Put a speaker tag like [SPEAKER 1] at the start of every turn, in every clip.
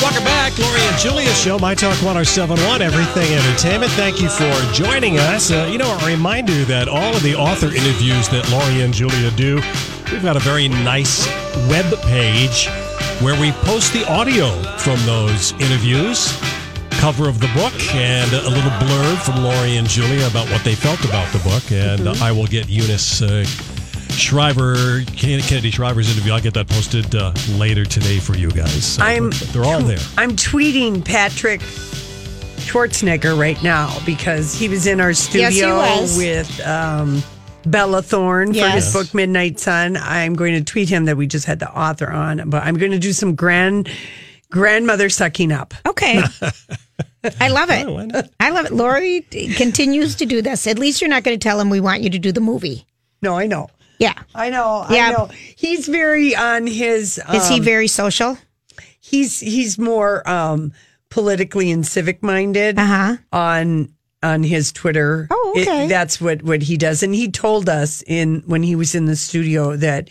[SPEAKER 1] Welcome back, Lori and Julia Show, My Talk 1071, Everything Entertainment. Thank you for joining us. Uh, you know, a reminder that all of the author interviews that Lori and Julia do, we've got a very nice web page where we post the audio from those interviews, cover of the book, and a little blurb from Lori and Julia about what they felt about the book. And uh, I will get Eunice. Uh, Shriver, Kennedy Shriver's interview. I'll get that posted uh, later today for you guys. So
[SPEAKER 2] I'm-
[SPEAKER 1] they're all there.
[SPEAKER 2] I'm tweeting Patrick Schwarzenegger right now because he was in our studio
[SPEAKER 3] Yes, he was.
[SPEAKER 2] with um, Bella Thorne for
[SPEAKER 3] Yes.
[SPEAKER 2] his book Midnight Sun. I'm going to tweet him that we just had the author on, but I'm going to do some grand grandmother sucking up.
[SPEAKER 3] Okay. I love it.
[SPEAKER 1] Oh, why not?
[SPEAKER 3] I love it. Lori t- continues to do this. At least you're not going to tell him we want you to do the movie.
[SPEAKER 2] No, I know.
[SPEAKER 3] Yeah.
[SPEAKER 2] I know.
[SPEAKER 3] Yeah.
[SPEAKER 2] I know. He's very on his um,
[SPEAKER 3] Is he very social?
[SPEAKER 2] he's he's more um politically and civic minded
[SPEAKER 3] Uh-huh.
[SPEAKER 2] on on his Twitter.
[SPEAKER 3] Oh, okay.
[SPEAKER 2] that's what what he does, and he told us in when he was in the studio that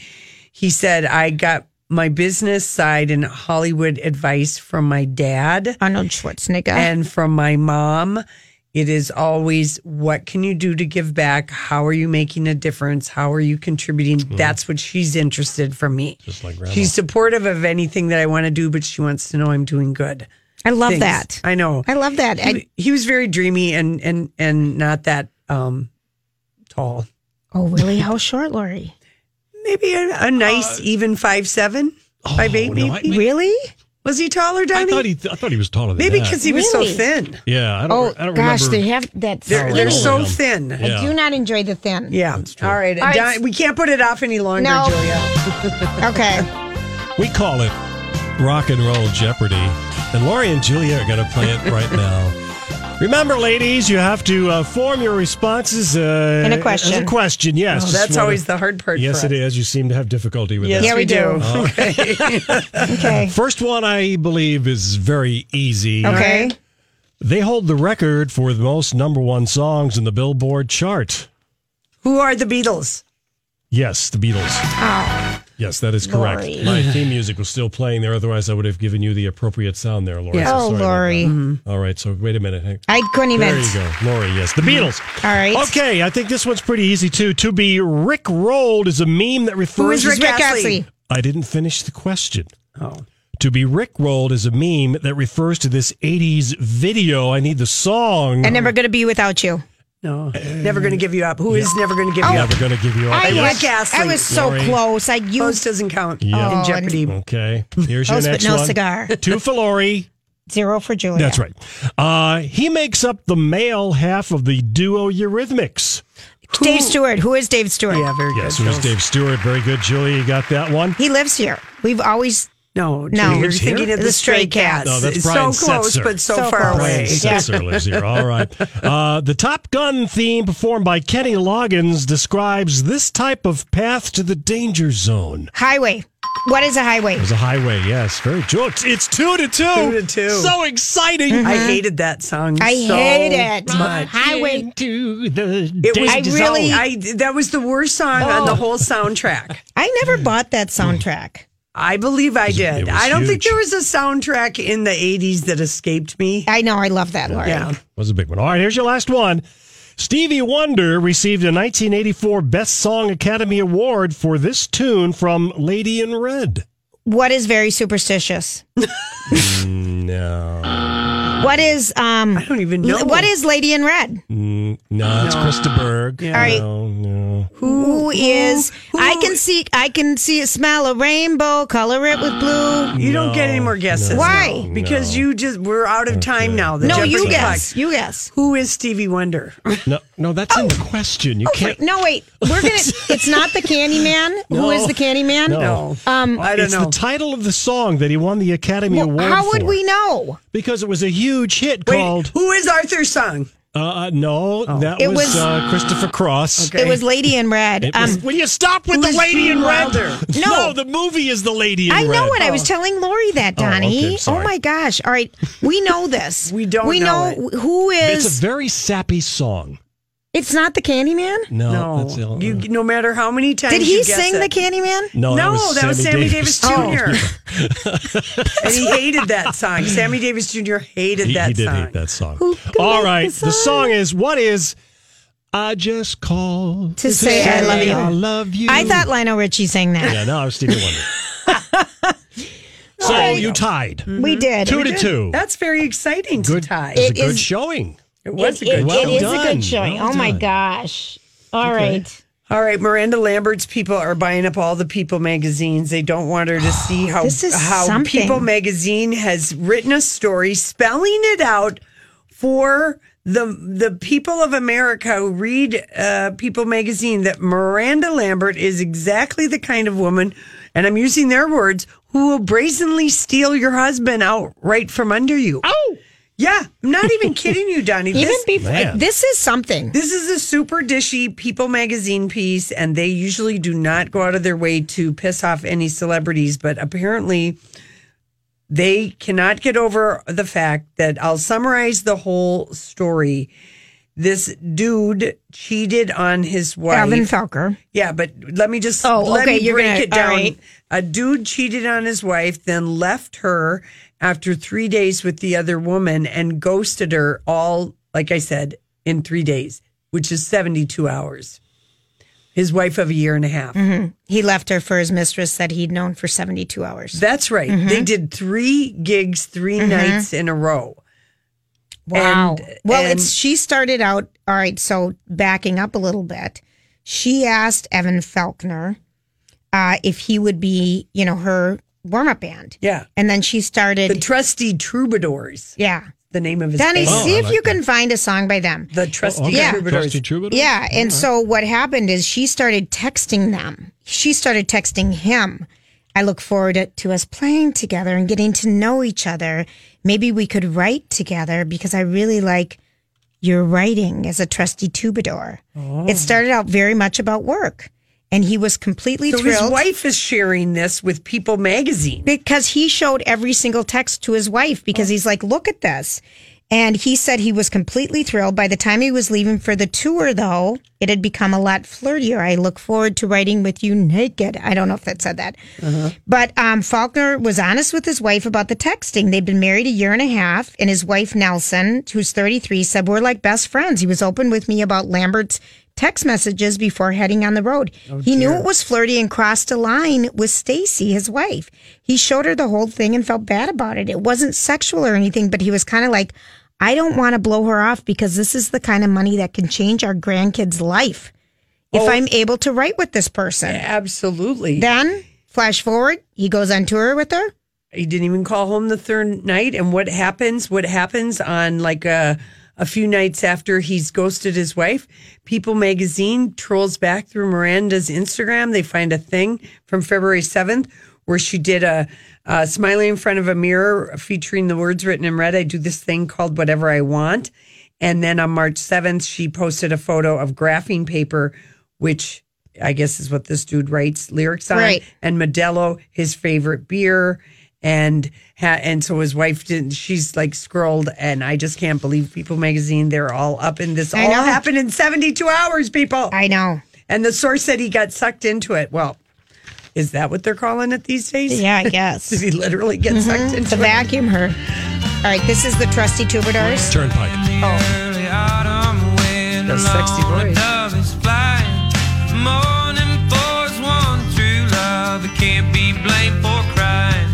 [SPEAKER 2] he said I got my business side and Hollywood advice from my dad
[SPEAKER 3] Arnold Schwarzenegger.
[SPEAKER 2] and from my mom. It is always what can you do to give back? How are you making a difference? How are you contributing?
[SPEAKER 3] Mm-hmm.
[SPEAKER 2] That's what she's interested from me.
[SPEAKER 1] Just like grandma.
[SPEAKER 2] She's supportive of anything that I want to do, but she wants to know I'm doing good.
[SPEAKER 3] I love
[SPEAKER 2] things.
[SPEAKER 3] that. I,
[SPEAKER 2] I know.
[SPEAKER 3] love that. I,
[SPEAKER 2] He, he was very dreamy and and and not that um tall.
[SPEAKER 3] oh, really? How short, Lori?
[SPEAKER 2] Maybe a, a nice even five seven, five eight.
[SPEAKER 1] Uh, oh, no,
[SPEAKER 2] maybe
[SPEAKER 1] I-
[SPEAKER 3] Really?
[SPEAKER 2] was he taller,
[SPEAKER 1] I
[SPEAKER 2] Donnie?
[SPEAKER 1] thought he, I thought he was taller than
[SPEAKER 2] maybe
[SPEAKER 1] that.
[SPEAKER 2] because he was
[SPEAKER 3] Really?
[SPEAKER 2] so thin.
[SPEAKER 1] yeah, I
[SPEAKER 3] Oh,
[SPEAKER 1] don't, I don't
[SPEAKER 3] gosh.
[SPEAKER 1] remember.
[SPEAKER 3] They have that
[SPEAKER 2] They're
[SPEAKER 3] skinny.
[SPEAKER 2] they're so
[SPEAKER 1] Oh, Yeah.
[SPEAKER 2] thin.
[SPEAKER 1] Yeah.
[SPEAKER 3] I do not enjoy the thin.
[SPEAKER 2] Yeah.
[SPEAKER 1] true.
[SPEAKER 2] All right.
[SPEAKER 3] All right.
[SPEAKER 2] Don, we can't put it off any longer,
[SPEAKER 3] No.
[SPEAKER 2] Julia.
[SPEAKER 3] Okay.
[SPEAKER 1] we call it rock and roll Jeopardy, and Lori and Julia are going to play it right now. Remember, ladies, you have to uh, form your responses uh,
[SPEAKER 3] In a
[SPEAKER 1] As a
[SPEAKER 3] question.
[SPEAKER 1] question, yes. Just
[SPEAKER 2] Oh, That's
[SPEAKER 1] wanna-
[SPEAKER 2] always the hard part.
[SPEAKER 1] Yes,
[SPEAKER 2] for
[SPEAKER 1] it
[SPEAKER 2] us.
[SPEAKER 1] is. You seem to have difficulty with
[SPEAKER 2] Yes,
[SPEAKER 1] that. Uh,
[SPEAKER 3] Yeah, we
[SPEAKER 2] we do.
[SPEAKER 3] do. Okay.
[SPEAKER 1] First one, I believe, is very easy.
[SPEAKER 3] Okay.
[SPEAKER 1] They hold the record for the most number one songs in the Billboard chart.
[SPEAKER 2] Who are the Beatles?
[SPEAKER 1] Yes, the Beatles. Yes, that is correct.
[SPEAKER 3] Lori.
[SPEAKER 1] My theme music was still playing there. Otherwise, I would have given you the appropriate sound there, Lori.
[SPEAKER 2] Yeah.
[SPEAKER 1] So
[SPEAKER 3] Oh,
[SPEAKER 1] sorry about
[SPEAKER 3] Lori.
[SPEAKER 1] that. All right. So wait a minute. Hey,
[SPEAKER 3] I couldn't even.
[SPEAKER 1] there you go, Lori. Yes, the Beatles.
[SPEAKER 3] All right.
[SPEAKER 1] Okay, I think this one's pretty easy too. To be Rick rolled is a meme that refers.
[SPEAKER 2] Who is Rick
[SPEAKER 3] Rick
[SPEAKER 2] Astley?
[SPEAKER 3] Astley.
[SPEAKER 1] I didn't finish the question.
[SPEAKER 2] Oh.
[SPEAKER 1] To be Rick rolled is a meme that refers to this '80s video. I need the song.
[SPEAKER 3] And never going to be without you.
[SPEAKER 2] No. Never going to give you up. Who is never going to give you
[SPEAKER 3] Oh.
[SPEAKER 2] up?
[SPEAKER 1] Never gonna give you. up.
[SPEAKER 3] I,
[SPEAKER 2] Rick
[SPEAKER 3] was,
[SPEAKER 2] Astley.
[SPEAKER 3] I was so
[SPEAKER 1] Lori.
[SPEAKER 3] close. I used
[SPEAKER 2] Post doesn't count
[SPEAKER 1] Yeah.
[SPEAKER 2] in
[SPEAKER 3] Oh,
[SPEAKER 2] Jeopardy.
[SPEAKER 1] Okay. Here's your
[SPEAKER 3] Toast but
[SPEAKER 1] next
[SPEAKER 3] no
[SPEAKER 1] one.
[SPEAKER 3] cigar.
[SPEAKER 1] Two for Lori.
[SPEAKER 3] zero for
[SPEAKER 2] Oh,
[SPEAKER 3] Julia.
[SPEAKER 1] That's right. Uh, he makes up the male half of the duo Eurythmics.
[SPEAKER 3] Dave Stewart. Who is Dave Stewart?
[SPEAKER 2] Yeah, very
[SPEAKER 1] Yes,
[SPEAKER 2] good.
[SPEAKER 1] who's Dave Stewart? Very good, Julia. You got that one.
[SPEAKER 3] He lives here. We've always
[SPEAKER 2] No,
[SPEAKER 3] No.
[SPEAKER 2] you're
[SPEAKER 3] Who's
[SPEAKER 2] thinking
[SPEAKER 3] here?
[SPEAKER 2] of the, Stray Cats.
[SPEAKER 1] No, that's
[SPEAKER 2] It's
[SPEAKER 1] Brian
[SPEAKER 2] so close,
[SPEAKER 1] Setzer.
[SPEAKER 2] but so,
[SPEAKER 3] So
[SPEAKER 2] far
[SPEAKER 3] close.
[SPEAKER 1] Brian
[SPEAKER 2] away.
[SPEAKER 3] Yeah.
[SPEAKER 1] Setzer lives here. All right. Uh, the Top Gun theme performed by Kenny Loggins describes this type of path to the danger zone.
[SPEAKER 3] highway. What is a highway?
[SPEAKER 1] There's a highway. Yes, very true. It's, it's two to two.
[SPEAKER 2] Two to two.
[SPEAKER 1] So exciting.
[SPEAKER 2] I hated that song.
[SPEAKER 3] I
[SPEAKER 2] so
[SPEAKER 3] hate it.
[SPEAKER 2] Much.
[SPEAKER 3] Highway.
[SPEAKER 1] to the
[SPEAKER 2] It was
[SPEAKER 1] danger
[SPEAKER 3] really-
[SPEAKER 1] zone.
[SPEAKER 2] I that was the worst song on the whole soundtrack.
[SPEAKER 3] I never bought that soundtrack.
[SPEAKER 2] I believe I did.
[SPEAKER 1] was
[SPEAKER 2] I don't think
[SPEAKER 1] huge.
[SPEAKER 2] there was a soundtrack in the 80s that escaped me.
[SPEAKER 3] I know. I love that, Lori.
[SPEAKER 2] Yeah.
[SPEAKER 1] was a big one. All right, here's your last one. Stevie Wonder received a 1984 Best Song Academy Award for this tune from Lady in Red.
[SPEAKER 3] What is very superstitious?
[SPEAKER 1] No,
[SPEAKER 3] What is um?
[SPEAKER 2] I don't even know.
[SPEAKER 3] What is Lady in Red?
[SPEAKER 1] Mm, no, it's Krista Berg.
[SPEAKER 2] Yeah.
[SPEAKER 3] All right.
[SPEAKER 1] No, no.
[SPEAKER 3] who is? I can see. I can see. Smell a rainbow. Color it with blue.
[SPEAKER 2] You don't get any
[SPEAKER 1] No,
[SPEAKER 2] more guesses.
[SPEAKER 1] no,
[SPEAKER 3] Why?
[SPEAKER 1] no.
[SPEAKER 2] Because you just we're out of time now. The
[SPEAKER 3] No, you
[SPEAKER 2] Jeopardy
[SPEAKER 3] guess.
[SPEAKER 2] clock.
[SPEAKER 3] You guess.
[SPEAKER 2] Who is Stevie Wonder?
[SPEAKER 1] No, no, that's in the question. You
[SPEAKER 3] Wait,
[SPEAKER 1] can't.
[SPEAKER 3] Oh. No, wait. We're gonna. it's not the Candyman.
[SPEAKER 1] No.
[SPEAKER 3] Who is the Candyman?
[SPEAKER 2] No.
[SPEAKER 3] Um,
[SPEAKER 2] Oh. I don't
[SPEAKER 1] it's
[SPEAKER 2] know.
[SPEAKER 1] the title of the song that he won the Academy
[SPEAKER 3] Well,
[SPEAKER 1] Award
[SPEAKER 3] how would
[SPEAKER 1] for.
[SPEAKER 3] we know?
[SPEAKER 1] Because it was a huge hit
[SPEAKER 2] Wait,
[SPEAKER 1] called.
[SPEAKER 2] who is Arthur's song?
[SPEAKER 1] Uh, no, that
[SPEAKER 3] Oh. It
[SPEAKER 1] was,
[SPEAKER 3] was-
[SPEAKER 1] uh, Christopher Cross.
[SPEAKER 3] It was Lady in Red.
[SPEAKER 1] It was-
[SPEAKER 3] um,
[SPEAKER 1] will you stop with
[SPEAKER 2] who
[SPEAKER 1] the
[SPEAKER 2] is
[SPEAKER 1] lady in
[SPEAKER 2] Gene
[SPEAKER 1] red?
[SPEAKER 2] Wilder?
[SPEAKER 3] No.
[SPEAKER 1] the movie is the lady in
[SPEAKER 3] I
[SPEAKER 1] red.
[SPEAKER 3] know what I was telling Lori that
[SPEAKER 1] Oh, okay,
[SPEAKER 3] Donnie. Oh,
[SPEAKER 1] sorry.
[SPEAKER 3] my gosh! All right, we know this.
[SPEAKER 2] We don't
[SPEAKER 3] We know,
[SPEAKER 2] know
[SPEAKER 3] who is.
[SPEAKER 1] It's a very sappy song.
[SPEAKER 3] it's not the Candyman.
[SPEAKER 1] No,
[SPEAKER 2] No,
[SPEAKER 1] that's ill.
[SPEAKER 2] you, no matter how many times.
[SPEAKER 3] Did he
[SPEAKER 2] you guess
[SPEAKER 3] sing
[SPEAKER 2] it.
[SPEAKER 3] the Candyman?
[SPEAKER 1] no, that
[SPEAKER 2] no,
[SPEAKER 1] was Sammy, Oh.
[SPEAKER 2] Davis, Jr. and he hated that song. Sammy Davis Jr. hated
[SPEAKER 1] He,
[SPEAKER 2] that
[SPEAKER 1] he did
[SPEAKER 2] song.
[SPEAKER 1] hate that song.
[SPEAKER 3] Who can
[SPEAKER 1] All
[SPEAKER 3] make
[SPEAKER 1] right,
[SPEAKER 3] the
[SPEAKER 1] the song
[SPEAKER 3] song?
[SPEAKER 1] is what is? I just called
[SPEAKER 3] To say I love you.
[SPEAKER 1] I love you.
[SPEAKER 3] I thought Lionel Richie sang that.
[SPEAKER 1] Yeah, no, I was Stevie Wonder. so
[SPEAKER 3] right.
[SPEAKER 1] you tied
[SPEAKER 3] We did.
[SPEAKER 1] two to two.
[SPEAKER 2] That's very exciting to
[SPEAKER 1] Good
[SPEAKER 2] tie.
[SPEAKER 1] It's a
[SPEAKER 3] It
[SPEAKER 1] good
[SPEAKER 3] is-
[SPEAKER 1] showing.
[SPEAKER 2] It was a
[SPEAKER 3] It-
[SPEAKER 2] good
[SPEAKER 1] Well
[SPEAKER 3] it is a
[SPEAKER 1] done.
[SPEAKER 3] good showing.
[SPEAKER 1] Well
[SPEAKER 3] oh my
[SPEAKER 1] done.
[SPEAKER 3] gosh! All right.
[SPEAKER 2] All right, Miranda Lambert's people are buying up all the People magazines. They don't want her to see how
[SPEAKER 3] This is
[SPEAKER 2] how
[SPEAKER 3] something.
[SPEAKER 2] People magazine has written a story spelling it out for the the people of America who read uh, People magazine that Miranda Lambert is exactly the kind of woman, and I'm using their words, who will brazenly steal your husband out right from under you.
[SPEAKER 3] Oh,
[SPEAKER 2] Yeah, I'm not even kidding you, Donnie.
[SPEAKER 3] even
[SPEAKER 2] This-
[SPEAKER 3] before
[SPEAKER 1] Man.
[SPEAKER 3] this is something.
[SPEAKER 2] this is a super dishy People magazine piece, and they usually do not go out of their way to piss off any celebrities, but apparently they cannot get over the fact that I'll summarize the whole story. This dude cheated on his wife.
[SPEAKER 3] Alvin Felker.
[SPEAKER 2] Yeah, but let me just
[SPEAKER 3] Oh,
[SPEAKER 2] let
[SPEAKER 3] okay,
[SPEAKER 2] me
[SPEAKER 3] you're
[SPEAKER 2] break
[SPEAKER 3] gonna-
[SPEAKER 2] it
[SPEAKER 3] all
[SPEAKER 2] down.
[SPEAKER 3] right.
[SPEAKER 2] A dude cheated on his wife, then left her after three days with the other woman and ghosted her all, like I said, in three days, which is 72 hours. His wife of a year and a half.
[SPEAKER 3] Mm-hmm. He left her for his mistress that he'd known for seventy-two hours.
[SPEAKER 2] That's right.
[SPEAKER 3] Mm-hmm.
[SPEAKER 2] They did three gigs, 3 nights in a row.
[SPEAKER 3] Wow.
[SPEAKER 2] And-
[SPEAKER 3] well,
[SPEAKER 2] and-
[SPEAKER 3] it's she started out all right. So backing up a little bit, she asked Evan Faulkner uh, if he would be, you know, her warm-up band,
[SPEAKER 2] Yeah.
[SPEAKER 3] and then she started.
[SPEAKER 2] The Trusty Troubadours,
[SPEAKER 3] yeah,
[SPEAKER 2] the name of his
[SPEAKER 3] Danny,
[SPEAKER 2] band.
[SPEAKER 3] see
[SPEAKER 1] I
[SPEAKER 3] if
[SPEAKER 1] like
[SPEAKER 3] you can find a song by them.
[SPEAKER 2] The Trusty
[SPEAKER 3] okay. Yeah.
[SPEAKER 2] Troubadours.
[SPEAKER 1] Trusty Troubadour?
[SPEAKER 3] Yeah, and so what happened is she started texting them. She started texting him. I look forward to, to us playing together and getting to know each other. Maybe we could write together because I really like your writing as a trusty troubadour.
[SPEAKER 2] Oh.
[SPEAKER 3] It started out very much about work, and he was completely
[SPEAKER 2] So
[SPEAKER 3] thrilled
[SPEAKER 2] his wife is sharing this with People magazine.
[SPEAKER 3] because he showed every single text to his wife because he's like, look at this. And he said he was completely thrilled. By the time he was leaving for the tour, though, it had become a lot flirtier. I look forward to writing with you naked. I don't know if that said that. But um, Faulkner was honest with his wife about the texting. They'd been married a year and a half, and his wife, Nelson, who's 33, said, We're like best friends. He was open with me about Lambert's text messages before heading on the road. he knew it was flirty and crossed a line with Stacy, his wife. He showed her the whole thing and felt bad about it. It wasn't sexual or anything, but he was kind of like, I don't want to blow her off because this is the kind of money that can change our grandkids' life if I'm able to write with this person.
[SPEAKER 2] Absolutely.
[SPEAKER 3] Then, flash forward, he goes on tour with her.
[SPEAKER 2] he didn't even call home the third night and what happens what happens on like a a few nights after he's ghosted his wife people magazine trolls back through miranda's instagram they find a thing from february 7th where she did a, a smiley in front of a mirror featuring the words written in red i do this thing called whatever i want and then on march 7th she posted a photo of graphing paper which i guess is what this dude writes lyrics on
[SPEAKER 3] Right.
[SPEAKER 2] and Modelo his favorite beer. And ha- and so his wife didn't. She's like scrolled, and I just can't believe People Magazine. They're all up in this.
[SPEAKER 3] I
[SPEAKER 2] all
[SPEAKER 3] know.
[SPEAKER 2] happened in seventy two hours, people.
[SPEAKER 3] I know.
[SPEAKER 2] and the source said he got sucked into it. Well, is that what they're calling it these days?
[SPEAKER 3] Yeah, Mm-hmm. I
[SPEAKER 2] Did
[SPEAKER 3] guess.
[SPEAKER 2] he literally get sucked into
[SPEAKER 3] to
[SPEAKER 2] it?
[SPEAKER 3] vacuum her. All right, this is the trusty troubadours.
[SPEAKER 1] Turnpike.
[SPEAKER 4] Early autumn wind
[SPEAKER 2] The sexy
[SPEAKER 4] along
[SPEAKER 2] voice.
[SPEAKER 4] with dove is flying. Mourning for his one true love. He can't be blamed for crying.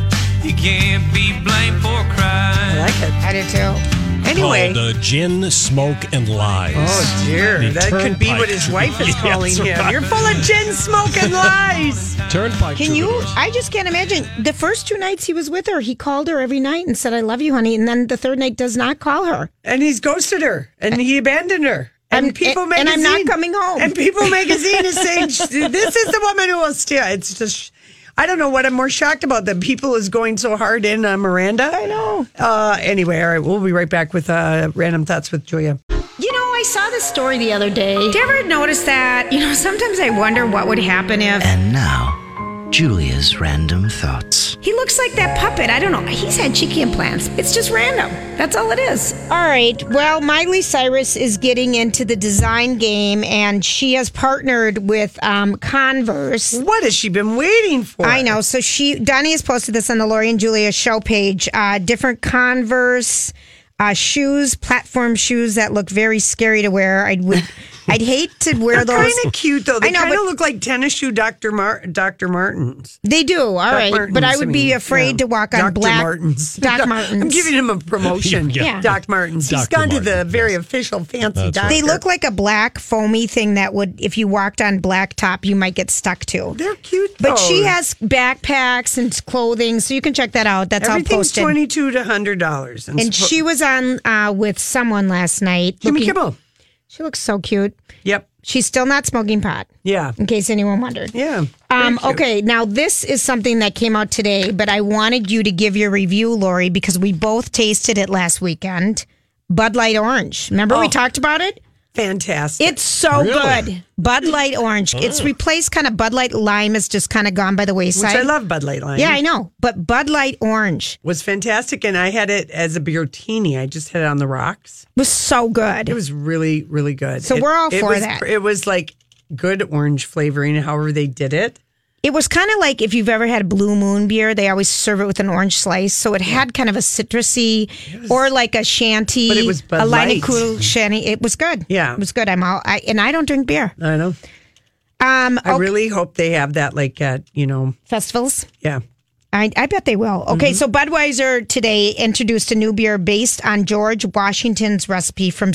[SPEAKER 4] can't be blamed for
[SPEAKER 2] I
[SPEAKER 4] crying.
[SPEAKER 2] like it.
[SPEAKER 3] I did too.
[SPEAKER 2] Anyway.
[SPEAKER 1] Called uh, Gin, Smoke, and Lies.
[SPEAKER 2] Oh dear,
[SPEAKER 1] The
[SPEAKER 2] that could be
[SPEAKER 1] turnpike.
[SPEAKER 2] what his wife is
[SPEAKER 1] Yes,
[SPEAKER 2] calling him.
[SPEAKER 1] right.
[SPEAKER 2] You're full of gin, smoke, and lies.
[SPEAKER 1] Turnpike.
[SPEAKER 3] Can you?
[SPEAKER 1] troubadours.
[SPEAKER 3] I just can't imagine. The first two nights he was with her, he called her every night and said, I love you, honey. And then the third night does not call her.
[SPEAKER 2] And he's ghosted her, and he abandoned her. And
[SPEAKER 3] I'm-
[SPEAKER 2] People
[SPEAKER 3] and- and
[SPEAKER 2] Magazine,
[SPEAKER 3] I'm not coming home.
[SPEAKER 2] And People Magazine is saying this is the woman who will steal. It's just. I don't know what I'm more shocked about that people is going so hard in on Miranda. I know. Uh, anyway, all right, we'll be right back with uh, random thoughts with Julia.
[SPEAKER 5] You know, I saw this story the other day.
[SPEAKER 3] Do you ever notice that? You know, sometimes I wonder what would happen if
[SPEAKER 6] And now, Julia's random thoughts.
[SPEAKER 3] he looks like that puppet. I don't know. He's had cheeky implants. It's just random.
[SPEAKER 5] That's all it is.
[SPEAKER 3] All right. Well, Miley Cyrus is getting into the design game, and she has partnered with um, Converse.
[SPEAKER 2] What has she been waiting for?
[SPEAKER 3] I know. So she, Donnie has posted this on the Lori and Julia show page. Uh, different Converse uh, shoes, platform shoes that look very scary to wear. I'd would, I'd hate to wear
[SPEAKER 2] They're
[SPEAKER 3] those.
[SPEAKER 2] kind of cute though. They
[SPEAKER 3] I know,
[SPEAKER 2] kind of
[SPEAKER 3] but-
[SPEAKER 2] look like tennis shoe Dr. Mar- Dr. Martens.
[SPEAKER 3] They do. All
[SPEAKER 2] Doc
[SPEAKER 3] right,
[SPEAKER 2] Martens,
[SPEAKER 3] but I would be
[SPEAKER 2] mean,
[SPEAKER 3] afraid
[SPEAKER 2] yeah.
[SPEAKER 3] to walk on
[SPEAKER 2] Dr.
[SPEAKER 3] black
[SPEAKER 2] Martens.
[SPEAKER 3] Doc Martens.
[SPEAKER 2] I'm giving him a promotion.
[SPEAKER 1] Yeah.
[SPEAKER 3] Yeah.
[SPEAKER 2] Doc Martens. He's
[SPEAKER 1] Dr.
[SPEAKER 2] gone to the
[SPEAKER 1] Martens,
[SPEAKER 2] very
[SPEAKER 1] yes.
[SPEAKER 2] official fancy
[SPEAKER 1] That's
[SPEAKER 2] doctor.
[SPEAKER 1] right.
[SPEAKER 3] They look like a black foamy thing that would, if you walked on black top, you might get stuck to.
[SPEAKER 2] they're cute.
[SPEAKER 3] But
[SPEAKER 2] though.
[SPEAKER 3] she has backpacks and clothing, so you can check that out. That's all
[SPEAKER 2] everything's
[SPEAKER 3] posted.
[SPEAKER 2] twenty two to hundred dollars.
[SPEAKER 3] and she was on uh, with someone last night.
[SPEAKER 2] Jimmy
[SPEAKER 3] looking-
[SPEAKER 2] Kimmel.
[SPEAKER 3] She looks so cute.
[SPEAKER 2] Yep.
[SPEAKER 3] She's still not smoking pot,
[SPEAKER 2] Yeah.
[SPEAKER 3] in case anyone wondered.
[SPEAKER 2] Yeah.
[SPEAKER 3] Um,
[SPEAKER 2] Very cute.
[SPEAKER 3] okay, now this is something that came out today, but I wanted you to give your review, Lori, because we both tasted it last weekend. Bud Light Orange. Remember we talked about it?
[SPEAKER 2] Fantastic.
[SPEAKER 3] Oh. It's so good. Bud Light Orange. It's replaced kind of Bud Light Lime has just kind of gone by the
[SPEAKER 2] Oh. which
[SPEAKER 3] wayside.
[SPEAKER 2] I love Bud Light Line.
[SPEAKER 3] Yeah, I know. But Bud Light Orange
[SPEAKER 2] was fantastic, and I had it as a Bertini. I just had it on the rocks.
[SPEAKER 3] was so good.
[SPEAKER 2] It was really, really good.
[SPEAKER 3] So
[SPEAKER 2] It-
[SPEAKER 3] we're all
[SPEAKER 2] it
[SPEAKER 3] for
[SPEAKER 2] was-
[SPEAKER 3] that.
[SPEAKER 2] It was like good orange flavoring, however they did it.
[SPEAKER 3] It was kind of like if you've ever had Blue Moon beer, they always serve it with an orange slice. So it had kind of a citrusy or like a shanty.
[SPEAKER 2] But it was Bud
[SPEAKER 3] a line
[SPEAKER 2] Light.
[SPEAKER 3] of cool shanty. It was good.
[SPEAKER 2] Yeah.
[SPEAKER 3] It was good. I'm all, I, and I don't drink beer.
[SPEAKER 2] I know.
[SPEAKER 3] Um,
[SPEAKER 2] I
[SPEAKER 3] okay,
[SPEAKER 2] really hope they have that, like at you know,
[SPEAKER 3] festivals.
[SPEAKER 2] yeah.
[SPEAKER 3] I, I bet they will.
[SPEAKER 2] Mm-hmm.
[SPEAKER 3] Okay, so Budweiser today introduced a new beer based on George Washington's recipe from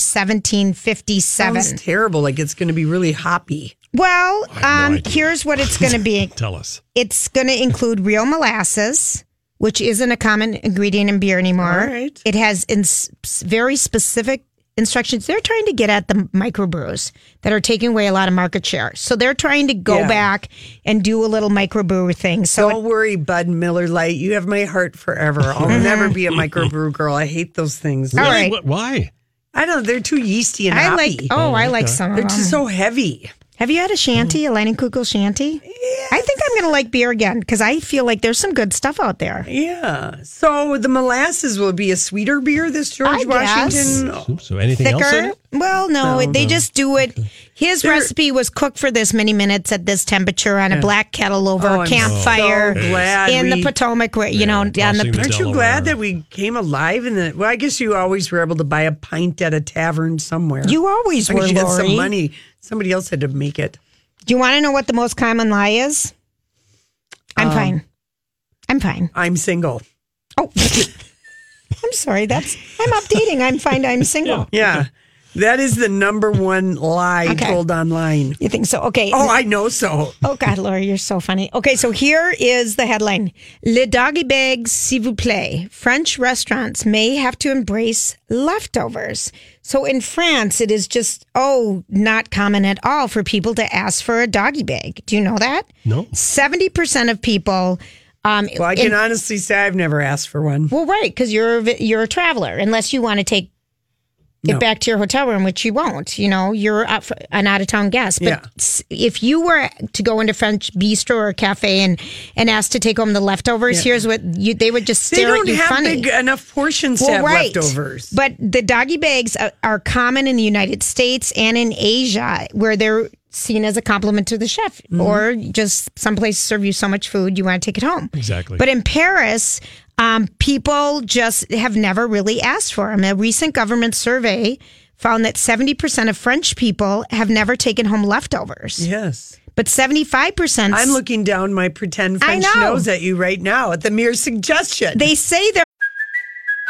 [SPEAKER 3] 1757.
[SPEAKER 2] Sounds terrible. Like it's going to be really hoppy.
[SPEAKER 3] Well,
[SPEAKER 1] have no
[SPEAKER 3] um,
[SPEAKER 1] idea.
[SPEAKER 3] here's what it's going to be.
[SPEAKER 1] Tell us.
[SPEAKER 3] It's going to include real molasses, which isn't a common ingredient in beer anymore.
[SPEAKER 2] All right.
[SPEAKER 3] It has ins very specific instructions. They're trying to get at the microbrews that are taking away a lot of market share. So they're trying to go
[SPEAKER 2] Yeah.
[SPEAKER 3] back and do a little microbrew thing. So
[SPEAKER 2] Don't worry, Bud Miller Light. You have my heart forever. I'll never be a microbrew girl. I hate those things.
[SPEAKER 3] All
[SPEAKER 1] Really?
[SPEAKER 3] right.
[SPEAKER 1] What- why?
[SPEAKER 2] I don't. know. They're too yeasty and
[SPEAKER 3] Oh. I
[SPEAKER 2] hoppy.
[SPEAKER 3] like. Oh, I like some of
[SPEAKER 2] they're
[SPEAKER 3] them.
[SPEAKER 2] just so heavy.
[SPEAKER 3] Have you had a shanty, a Lenny Kugel shanty? I think I'm going to like beer again because I feel like there's some good stuff out there.
[SPEAKER 2] Yeah. So the molasses will be a sweeter beer. This
[SPEAKER 3] I
[SPEAKER 2] George Washington.
[SPEAKER 1] So anything else? In it?
[SPEAKER 3] thicker. Well, no, they just do it. His recipe was cooked for this many minutes at this temperature on a black kettle over
[SPEAKER 2] Oh,
[SPEAKER 3] a
[SPEAKER 2] I'm
[SPEAKER 3] campfire
[SPEAKER 2] so glad
[SPEAKER 3] in the
[SPEAKER 2] we-
[SPEAKER 3] Potomac, where, you know, on
[SPEAKER 1] tossing
[SPEAKER 3] the.
[SPEAKER 1] the
[SPEAKER 2] Aren't you
[SPEAKER 1] Delaware.
[SPEAKER 2] glad that we came alive? And that well, I guess you always were able to buy a pint at a tavern somewhere.
[SPEAKER 3] You always were,
[SPEAKER 2] Because you had some
[SPEAKER 3] Lori.
[SPEAKER 2] money. Somebody else had to make it.
[SPEAKER 3] Do you want to know what the most common lie is? I'm fine. I'm fine.
[SPEAKER 2] I'm single.
[SPEAKER 3] Oh, I'm sorry. That's I'm updating. I'm fine. I'm single.
[SPEAKER 2] Yeah. That is the number one lie
[SPEAKER 3] Okay.
[SPEAKER 2] told online.
[SPEAKER 3] You think so? Okay.
[SPEAKER 2] Oh, I know so.
[SPEAKER 3] Oh God, Laura, you're so funny. Okay, so here is the headline: Le doggy bags, s'il vous plaît. French restaurants may have to embrace leftovers. So in France, it is just oh, not common at all for people to ask for a doggy bag. Do you know that?
[SPEAKER 1] No.
[SPEAKER 3] Seventy percent of people. Um,
[SPEAKER 2] Well, I
[SPEAKER 3] in-
[SPEAKER 2] can honestly say I've never asked for one.
[SPEAKER 3] well, right, because you're a vi- you're a traveler, unless you want to take it
[SPEAKER 2] No.
[SPEAKER 3] back to your hotel room, which you won't. You know, you're out for, an out of town guest. But
[SPEAKER 2] Yeah.
[SPEAKER 3] s- if you were to go into French bistro or cafe and and ask to take home the leftovers, here's what you they would just
[SPEAKER 2] They
[SPEAKER 3] stare
[SPEAKER 2] don't
[SPEAKER 3] at you
[SPEAKER 2] have
[SPEAKER 3] E. funny.
[SPEAKER 2] big enough portions to have leftovers.
[SPEAKER 3] But the doggy bags are, are common in the United States and in Asia, where they're seen as a compliment to the chef
[SPEAKER 2] Mm-hmm.
[SPEAKER 3] or just someplace serve you so much food you want to take it home.
[SPEAKER 1] Exactly.
[SPEAKER 3] But in Paris, um, people just have never really asked for them. A recent government survey found that 70% of French people have never taken home leftovers.
[SPEAKER 2] yes.
[SPEAKER 3] But 75%.
[SPEAKER 2] I'm looking down my pretend
[SPEAKER 3] I
[SPEAKER 2] French
[SPEAKER 3] know.
[SPEAKER 2] nose at you right now at the mere suggestion.
[SPEAKER 3] They say they're.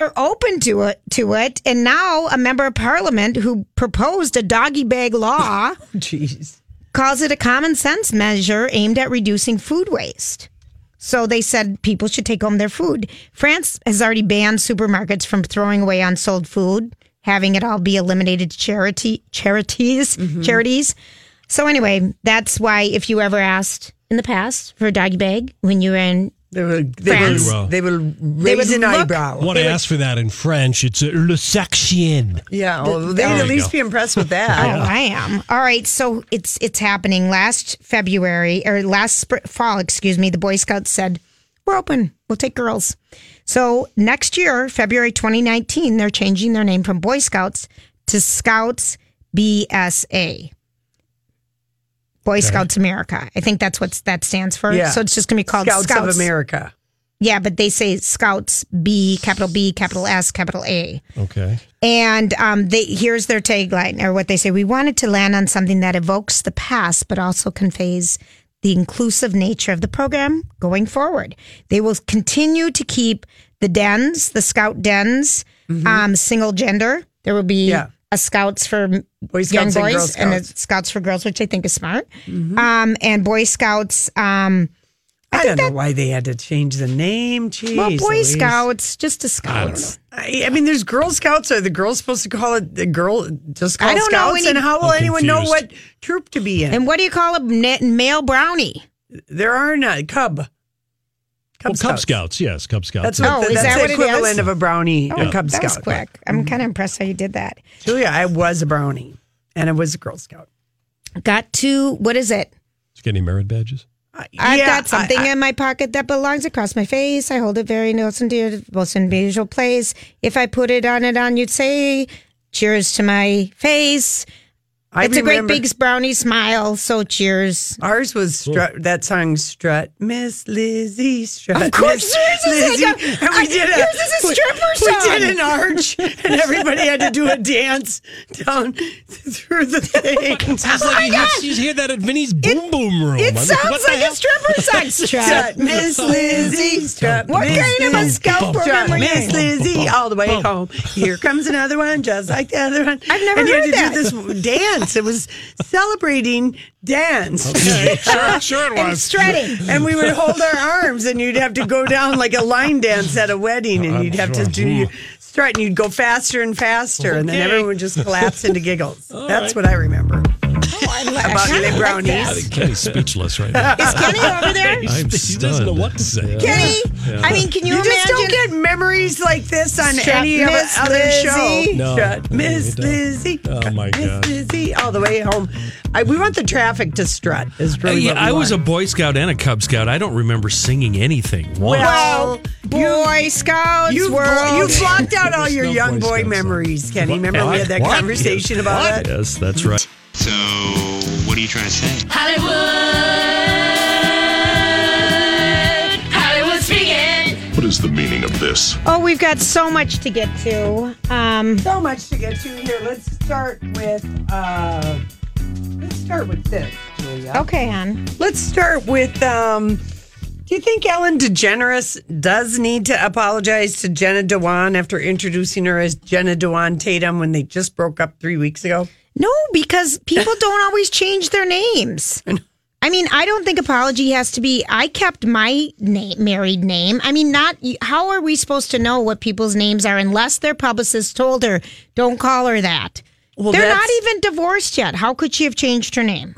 [SPEAKER 3] are open to it to it and now a member of parliament who proposed a doggy bag law
[SPEAKER 2] Jeez.
[SPEAKER 3] calls it a common sense measure aimed at reducing food waste so they said people should take home their food france has already banned supermarkets from throwing away unsold food having it all be eliminated to charity charities charities so anyway that's why if you ever asked in the past for a doggy bag when you were in
[SPEAKER 2] They will, they
[SPEAKER 3] France.
[SPEAKER 2] will, they will raise
[SPEAKER 3] would
[SPEAKER 2] an
[SPEAKER 3] look-
[SPEAKER 2] eyebrow.
[SPEAKER 1] Want to ask for that in French? It's uh, le section.
[SPEAKER 2] Yeah, well, they'd
[SPEAKER 1] There
[SPEAKER 2] at
[SPEAKER 1] you
[SPEAKER 2] least
[SPEAKER 1] go.
[SPEAKER 2] be impressed with that.
[SPEAKER 3] Oh, I am. All right, so it's it's happening. Last February or last spr- fall, excuse me, the Boy Scouts said we're open. We'll take girls. So next year, February 2019, they're changing their name from Boy Scouts to Scouts BSA. Boy Scouts America. I think that's what that stands for.
[SPEAKER 2] Yeah.
[SPEAKER 3] So it's just going to be called
[SPEAKER 2] Scouts,
[SPEAKER 3] Scouts,
[SPEAKER 2] of America.
[SPEAKER 3] Yeah, but they say Scouts B, capital B, capital S, capital A.
[SPEAKER 1] Okay.
[SPEAKER 3] And um, they, here's their tagline, or what they say We wanted to land on something that evokes the past, but also conveys the inclusive nature of the program going forward. They will continue to keep the dens, the scout dens, um, single gender. There will be
[SPEAKER 2] Mm-hmm. Yeah.
[SPEAKER 3] a scouts for
[SPEAKER 2] Boy Scouts
[SPEAKER 3] young
[SPEAKER 2] and Girl
[SPEAKER 3] boys and a
[SPEAKER 2] Scouts. Mm-hmm.
[SPEAKER 3] scouts for girls, which I think is smart. Um, and Boy Scouts. Um,
[SPEAKER 2] I, don't know why they had to change the name. Jeez,
[SPEAKER 3] well, Boy
[SPEAKER 2] Louise.
[SPEAKER 3] Scouts, just a Scouts.
[SPEAKER 2] I, I mean, there's Girl Scouts. Are the girls supposed to call it the girl? Just call
[SPEAKER 3] I don't know
[SPEAKER 2] Scouts.
[SPEAKER 3] any-
[SPEAKER 2] and how will
[SPEAKER 1] I'm
[SPEAKER 2] anyone know what
[SPEAKER 1] confused.
[SPEAKER 2] troop to be in?
[SPEAKER 3] And what do you call a na- male brownie?
[SPEAKER 2] there are none. Cub. Cub,
[SPEAKER 1] Well, Cub Scouts, yes, Cub Scouts.
[SPEAKER 2] That's
[SPEAKER 3] Oh,
[SPEAKER 2] what. the,
[SPEAKER 3] is
[SPEAKER 2] that's
[SPEAKER 3] that
[SPEAKER 2] the
[SPEAKER 3] what it
[SPEAKER 2] equivalent
[SPEAKER 3] is?
[SPEAKER 2] of a brownie.
[SPEAKER 3] Oh,
[SPEAKER 2] a Cub
[SPEAKER 3] that was
[SPEAKER 2] Scout.
[SPEAKER 3] quick.
[SPEAKER 2] Mm-hmm.
[SPEAKER 3] I'm kind of impressed how you did that.
[SPEAKER 2] Julia, I was a brownie, and I was a Girl Scout.
[SPEAKER 3] got two what is it
[SPEAKER 1] Did you get any merit badges?
[SPEAKER 2] I-
[SPEAKER 3] i've
[SPEAKER 2] yeah,
[SPEAKER 3] got something
[SPEAKER 2] I,
[SPEAKER 3] in my pocket that belongs across my face i hold it very close and dear to most unusual place if i put it on it on you'd say cheers to my face
[SPEAKER 2] I
[SPEAKER 3] it's a
[SPEAKER 2] remember-
[SPEAKER 3] great big brownie smile so cheers
[SPEAKER 2] Ours was strut, that song strut, Miss Lizzie strut.
[SPEAKER 3] Of course,
[SPEAKER 2] Miss
[SPEAKER 3] yours is
[SPEAKER 2] Lizzie.
[SPEAKER 3] like a-
[SPEAKER 2] and we
[SPEAKER 3] I-
[SPEAKER 2] did a,
[SPEAKER 3] yours is a
[SPEAKER 2] we-
[SPEAKER 3] stripper
[SPEAKER 2] We
[SPEAKER 3] song.
[SPEAKER 2] did an arch, and everybody had to do a dance down through the
[SPEAKER 3] Oh
[SPEAKER 2] thing.
[SPEAKER 1] Sounds
[SPEAKER 2] Oh
[SPEAKER 1] like you, used- you hear that at Vinny's Boom Boom Room.
[SPEAKER 3] it
[SPEAKER 1] I mean, what
[SPEAKER 3] sounds
[SPEAKER 1] the
[SPEAKER 3] like
[SPEAKER 1] heck?
[SPEAKER 3] a stripper sex
[SPEAKER 2] Strut,
[SPEAKER 3] trap
[SPEAKER 2] Miss Lizzie, strut.
[SPEAKER 3] What
[SPEAKER 2] Miss
[SPEAKER 3] kind of a
[SPEAKER 2] Lizzie,
[SPEAKER 3] scout
[SPEAKER 2] strut,
[SPEAKER 3] program were you
[SPEAKER 2] Miss
[SPEAKER 3] in?
[SPEAKER 2] Lizzie, all the way
[SPEAKER 1] Bum,
[SPEAKER 2] home. Here comes another one, just like the other one.
[SPEAKER 3] I've never
[SPEAKER 2] and
[SPEAKER 3] heard
[SPEAKER 2] you had to
[SPEAKER 3] that.
[SPEAKER 2] do this dance. It was celebrating dance.
[SPEAKER 1] sure, sure it
[SPEAKER 3] and
[SPEAKER 1] was.
[SPEAKER 3] shredding
[SPEAKER 2] and we would hold our arms and you'd have to go down like a line dance at a wedding and
[SPEAKER 1] I'm
[SPEAKER 2] you'd have
[SPEAKER 1] sure.
[SPEAKER 2] to do your strut and you'd go faster and faster and then
[SPEAKER 1] Okay.
[SPEAKER 2] everyone would just collapse into giggles.
[SPEAKER 1] right.
[SPEAKER 2] That's what I remember about
[SPEAKER 3] kinda
[SPEAKER 2] the
[SPEAKER 3] like
[SPEAKER 2] brownies.
[SPEAKER 1] Kenny's speechless right now.
[SPEAKER 3] is kenny over there
[SPEAKER 1] I'm he doesn't know what to say.
[SPEAKER 3] kenny i mean can you,
[SPEAKER 2] You just
[SPEAKER 3] imagine
[SPEAKER 2] don't get memories like this on
[SPEAKER 3] Strut,
[SPEAKER 2] any of
[SPEAKER 3] Miss
[SPEAKER 2] other show.
[SPEAKER 3] Lizzie.
[SPEAKER 1] No. No,
[SPEAKER 2] Strut,
[SPEAKER 1] you
[SPEAKER 2] Miss
[SPEAKER 1] don't.
[SPEAKER 2] Lizzie.
[SPEAKER 1] Oh, my God.
[SPEAKER 2] Miss Lizzie, all the way home. I, we want the traffic to strut. Is
[SPEAKER 1] Uh,
[SPEAKER 2] really
[SPEAKER 4] yeah,
[SPEAKER 2] what we
[SPEAKER 4] I was a
[SPEAKER 2] want.
[SPEAKER 4] Boy Scout and a Cub Scout. I don't remember singing anything once.
[SPEAKER 2] Well,
[SPEAKER 3] boy scouts
[SPEAKER 2] You've,
[SPEAKER 3] world
[SPEAKER 2] you've blocked out all
[SPEAKER 1] There's
[SPEAKER 2] your
[SPEAKER 1] no
[SPEAKER 2] young
[SPEAKER 1] Boy
[SPEAKER 2] boy
[SPEAKER 1] Scouts.
[SPEAKER 2] memories, Kenny. Remember we had that
[SPEAKER 4] What?
[SPEAKER 2] conversation about
[SPEAKER 4] What?
[SPEAKER 2] that?
[SPEAKER 4] Yes, that's right.
[SPEAKER 7] So, what are you trying to say?
[SPEAKER 8] Hollywood, Hollywood speaking.
[SPEAKER 7] What is the meaning of this?
[SPEAKER 3] oh we've got so much to get to um
[SPEAKER 2] so much to get to here. Let's start with uh let's start with this, Julia.
[SPEAKER 3] okay hon
[SPEAKER 2] Let's start with um do you think Ellen DeGeneres does need to apologize to Jenna Dewan after introducing her as Jenna Dewan Tatum when they just broke up three weeks ago?
[SPEAKER 3] No, because people don't always change their names. I mean, I don't think apology has to be. I kept my na- married name. I mean, not how are we supposed to know what people's names are unless their publicist told her, "Don't call her that."
[SPEAKER 2] Well,
[SPEAKER 3] They're not
[SPEAKER 2] that's-
[SPEAKER 3] even divorced yet. How could she have changed her name?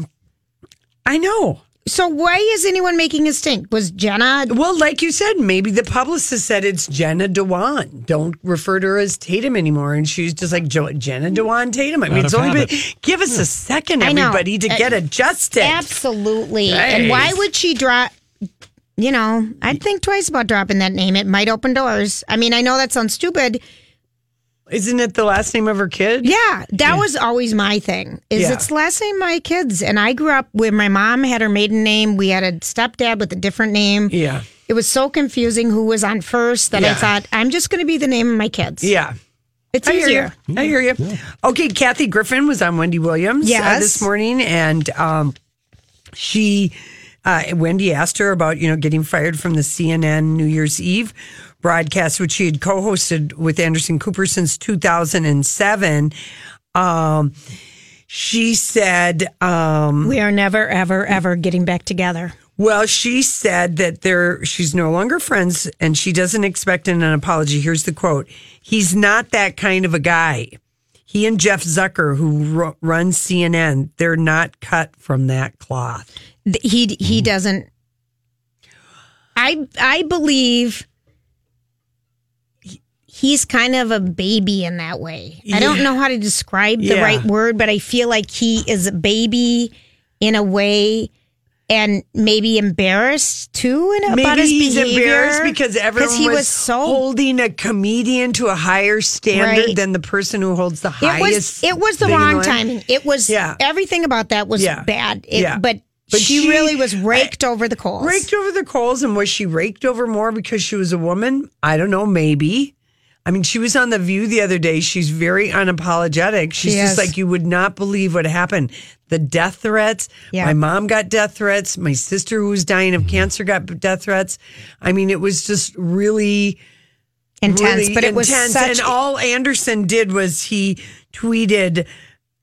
[SPEAKER 2] I know.
[SPEAKER 3] So why is anyone making a stink? Was Jenna?
[SPEAKER 2] Well, like you said, maybe the publicist said it's Jenna Dewan. Don't refer to her as Tatum anymore. And she's just like, jo- Jenna Dewan Tatum. I mean,
[SPEAKER 4] Out
[SPEAKER 2] it's
[SPEAKER 4] of
[SPEAKER 2] only been,
[SPEAKER 4] habit.
[SPEAKER 2] give us a second,
[SPEAKER 3] I know.
[SPEAKER 2] everybody, to
[SPEAKER 3] Uh,
[SPEAKER 2] get adjusted.
[SPEAKER 3] Absolutely.
[SPEAKER 2] Jeez.
[SPEAKER 3] And why would she drop? You know, I'd think twice about dropping that name. It might open doors. I mean, I know that sounds stupid.
[SPEAKER 2] Isn't it the last name of her kid?
[SPEAKER 3] Yeah, that was always my thing. Is
[SPEAKER 2] Yeah.
[SPEAKER 3] it's the last name my kids and I grew up where my mom had her maiden name. We had a stepdad with a different name.
[SPEAKER 2] Yeah.
[SPEAKER 3] It was so confusing who was on first that I
[SPEAKER 2] Yeah.
[SPEAKER 3] thought I'm just going to be the name of my kids.
[SPEAKER 2] Yeah.
[SPEAKER 3] it's
[SPEAKER 2] I hear
[SPEAKER 3] easier.
[SPEAKER 2] you. I hear you. Okay, Kathy Griffin was on Wendy Williams uh,
[SPEAKER 3] Yes.
[SPEAKER 2] this morning, and um, she, uh, Wendy asked her about you know getting fired from the CNN New Year's Eve broadcast, which she had co-hosted with Anderson Cooper since 2007. Um, she said, um,
[SPEAKER 3] We are never, ever, ever getting back together.
[SPEAKER 2] well, she said that there she's no longer friends and she doesn't expect an apology. Here's the quote. He's not that kind of a guy. He and Jeff Zucker who ru- runs CNN, they're not cut from that cloth.
[SPEAKER 3] Th- He he
[SPEAKER 2] Mm-hmm.
[SPEAKER 3] doesn't. I I believe he- he's kind of a baby in that way. I don't know how to describe the
[SPEAKER 2] Yeah.
[SPEAKER 3] right word, but I feel like he is a baby in a way, and maybe embarrassed too. In, about
[SPEAKER 2] Maybe
[SPEAKER 3] his
[SPEAKER 2] he's
[SPEAKER 3] behavior.
[SPEAKER 2] embarrassed because everyone
[SPEAKER 3] he was,
[SPEAKER 2] was,
[SPEAKER 3] so
[SPEAKER 2] holding a comedian to a higher standard
[SPEAKER 3] Right.
[SPEAKER 2] than the person who holds the
[SPEAKER 3] it was
[SPEAKER 2] highest.
[SPEAKER 3] it was the
[SPEAKER 2] thing in
[SPEAKER 3] wrong
[SPEAKER 2] life.
[SPEAKER 3] timing. It was
[SPEAKER 2] Yeah.
[SPEAKER 3] everything about that was
[SPEAKER 2] Yeah.
[SPEAKER 3] bad. It,
[SPEAKER 2] Yeah.
[SPEAKER 3] But,
[SPEAKER 2] But
[SPEAKER 3] she,
[SPEAKER 2] she-
[SPEAKER 3] really was raked over the coals.
[SPEAKER 2] Raked over the coals, and was she raked over more because she was a woman? I don't know. Maybe. I mean, she was on the View the other day. She's very unapologetic. She's
[SPEAKER 3] She
[SPEAKER 2] just
[SPEAKER 3] is.
[SPEAKER 2] like you would not believe what happened. The death threats.
[SPEAKER 3] Yeah.
[SPEAKER 2] My mom got death threats. My sister, who was dying of cancer, got death threats. I mean, it was just really
[SPEAKER 3] intense,
[SPEAKER 2] really
[SPEAKER 3] but it was
[SPEAKER 2] intense.
[SPEAKER 3] such
[SPEAKER 2] and all Anderson did was he tweeted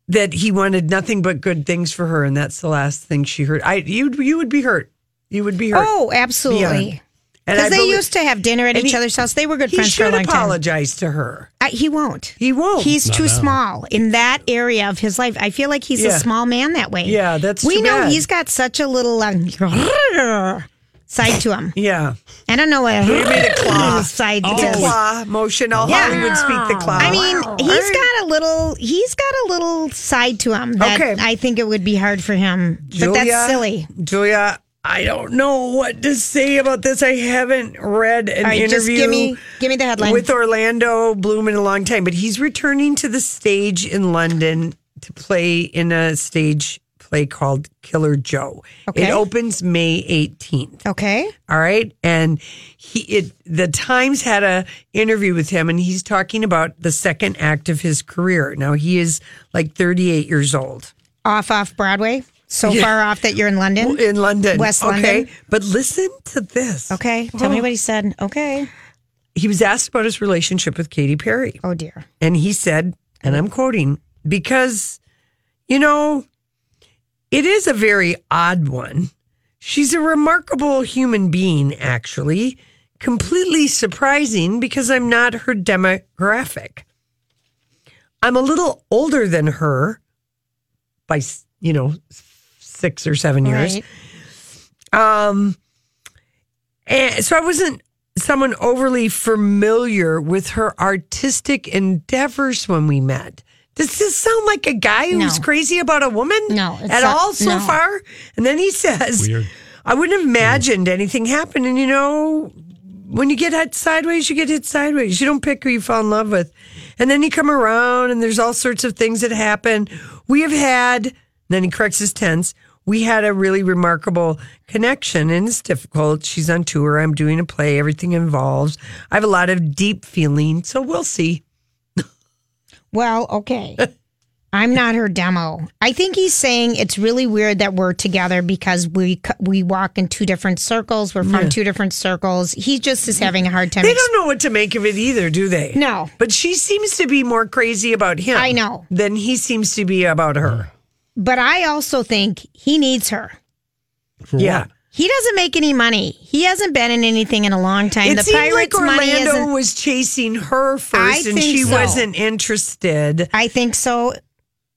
[SPEAKER 2] that he wanted nothing but good things for her, and that's the last thing she heard. I you you would be hurt. You would be hurt.
[SPEAKER 3] Oh, absolutely.
[SPEAKER 2] And I
[SPEAKER 3] Because they
[SPEAKER 2] believe-
[SPEAKER 3] used to have dinner at
[SPEAKER 2] and
[SPEAKER 3] each
[SPEAKER 2] he-
[SPEAKER 3] other's house. They were good
[SPEAKER 2] He
[SPEAKER 3] friends for a
[SPEAKER 2] should
[SPEAKER 3] long time.
[SPEAKER 2] apologize to her.
[SPEAKER 3] I, he won't.
[SPEAKER 2] He won't.
[SPEAKER 3] He's
[SPEAKER 4] Not
[SPEAKER 3] too
[SPEAKER 4] now.
[SPEAKER 3] small in that area of his life. I feel like he's
[SPEAKER 2] Yeah.
[SPEAKER 3] a small man that way.
[SPEAKER 2] Yeah, that's
[SPEAKER 3] we
[SPEAKER 2] too
[SPEAKER 3] know
[SPEAKER 2] bad.
[SPEAKER 3] he's got such a little um, side to him.
[SPEAKER 2] yeah.
[SPEAKER 3] I don't know what
[SPEAKER 2] Give me the claw.
[SPEAKER 3] side
[SPEAKER 2] The
[SPEAKER 3] is.
[SPEAKER 2] claw motion. All
[SPEAKER 3] Yeah.
[SPEAKER 2] Hollywood speak the claw.
[SPEAKER 3] I mean, he's got a little. He's got a little side to him that
[SPEAKER 2] Okay.
[SPEAKER 3] I think it would be hard for him. but that's silly.
[SPEAKER 2] Julia, I don't know what to say about this. I haven't read
[SPEAKER 3] All
[SPEAKER 2] an
[SPEAKER 3] right,
[SPEAKER 2] interview.
[SPEAKER 3] just give me give me the headline.
[SPEAKER 2] with Orlando Bloom in a long time, but he's returning to the stage in London to play in a stage play called Killer Joe.
[SPEAKER 3] Okay.
[SPEAKER 2] It opens May 18th.
[SPEAKER 3] okay.
[SPEAKER 2] All right. And he it the Times had a interview with him and he's talking about the second act of his career. Now he is like 38 years old
[SPEAKER 3] off off Broadway, so far off that you're in London.
[SPEAKER 2] in London.
[SPEAKER 3] West
[SPEAKER 2] okay.
[SPEAKER 3] London.
[SPEAKER 2] But listen to this.
[SPEAKER 3] okay, tell me what he said. Okay.
[SPEAKER 2] He was asked about his relationship with Katy Perry.
[SPEAKER 3] Oh dear.
[SPEAKER 2] And he said, and I'm quoting, because, you know, it is a very odd one. She's a remarkable human being, actually. Completely surprising because I'm not her demographic. I'm a little older than her by, s- you know, six or seven years.
[SPEAKER 3] Right.
[SPEAKER 2] Um, and so I wasn't someone overly familiar with her artistic endeavors when we met. Does this sound like a guy who's
[SPEAKER 3] No.
[SPEAKER 2] crazy about a woman?
[SPEAKER 3] No, it's
[SPEAKER 2] at
[SPEAKER 3] not-
[SPEAKER 2] all so
[SPEAKER 3] no.
[SPEAKER 2] far. And then he says,
[SPEAKER 4] Weird.
[SPEAKER 2] "I wouldn't have imagined anything happened." And you know, when you get hit sideways, you get hit sideways. You don't pick who you fall in love with. And then you come around and there's all sorts of things that happen. We have had, then he corrects his tense, we had a really remarkable connection and it's difficult. She's on tour. I'm doing a play. Everything involves. I have a lot of deep feeling. So we'll see.
[SPEAKER 3] Well, okay. I'm not her demo. I think he's saying it's really weird that we're together because we c- we walk in two different circles. We're from two different circles. He just is having a hard time.
[SPEAKER 2] They
[SPEAKER 3] ex-
[SPEAKER 2] don't know what to make of it either, do they?
[SPEAKER 3] No.
[SPEAKER 2] But she seems to be more crazy about him.
[SPEAKER 3] I know.
[SPEAKER 2] Than he seems to be about her.
[SPEAKER 3] but I also think he needs her.
[SPEAKER 1] For
[SPEAKER 2] yeah.
[SPEAKER 1] what?
[SPEAKER 3] He doesn't make any money. He hasn't been in anything in a long time.
[SPEAKER 2] It
[SPEAKER 3] the
[SPEAKER 2] seemed
[SPEAKER 3] Pirates'
[SPEAKER 2] like
[SPEAKER 3] money
[SPEAKER 2] Orlando
[SPEAKER 3] isn't.
[SPEAKER 2] was chasing her first, and
[SPEAKER 3] think
[SPEAKER 2] she
[SPEAKER 3] so.
[SPEAKER 2] wasn't interested.
[SPEAKER 3] I think so.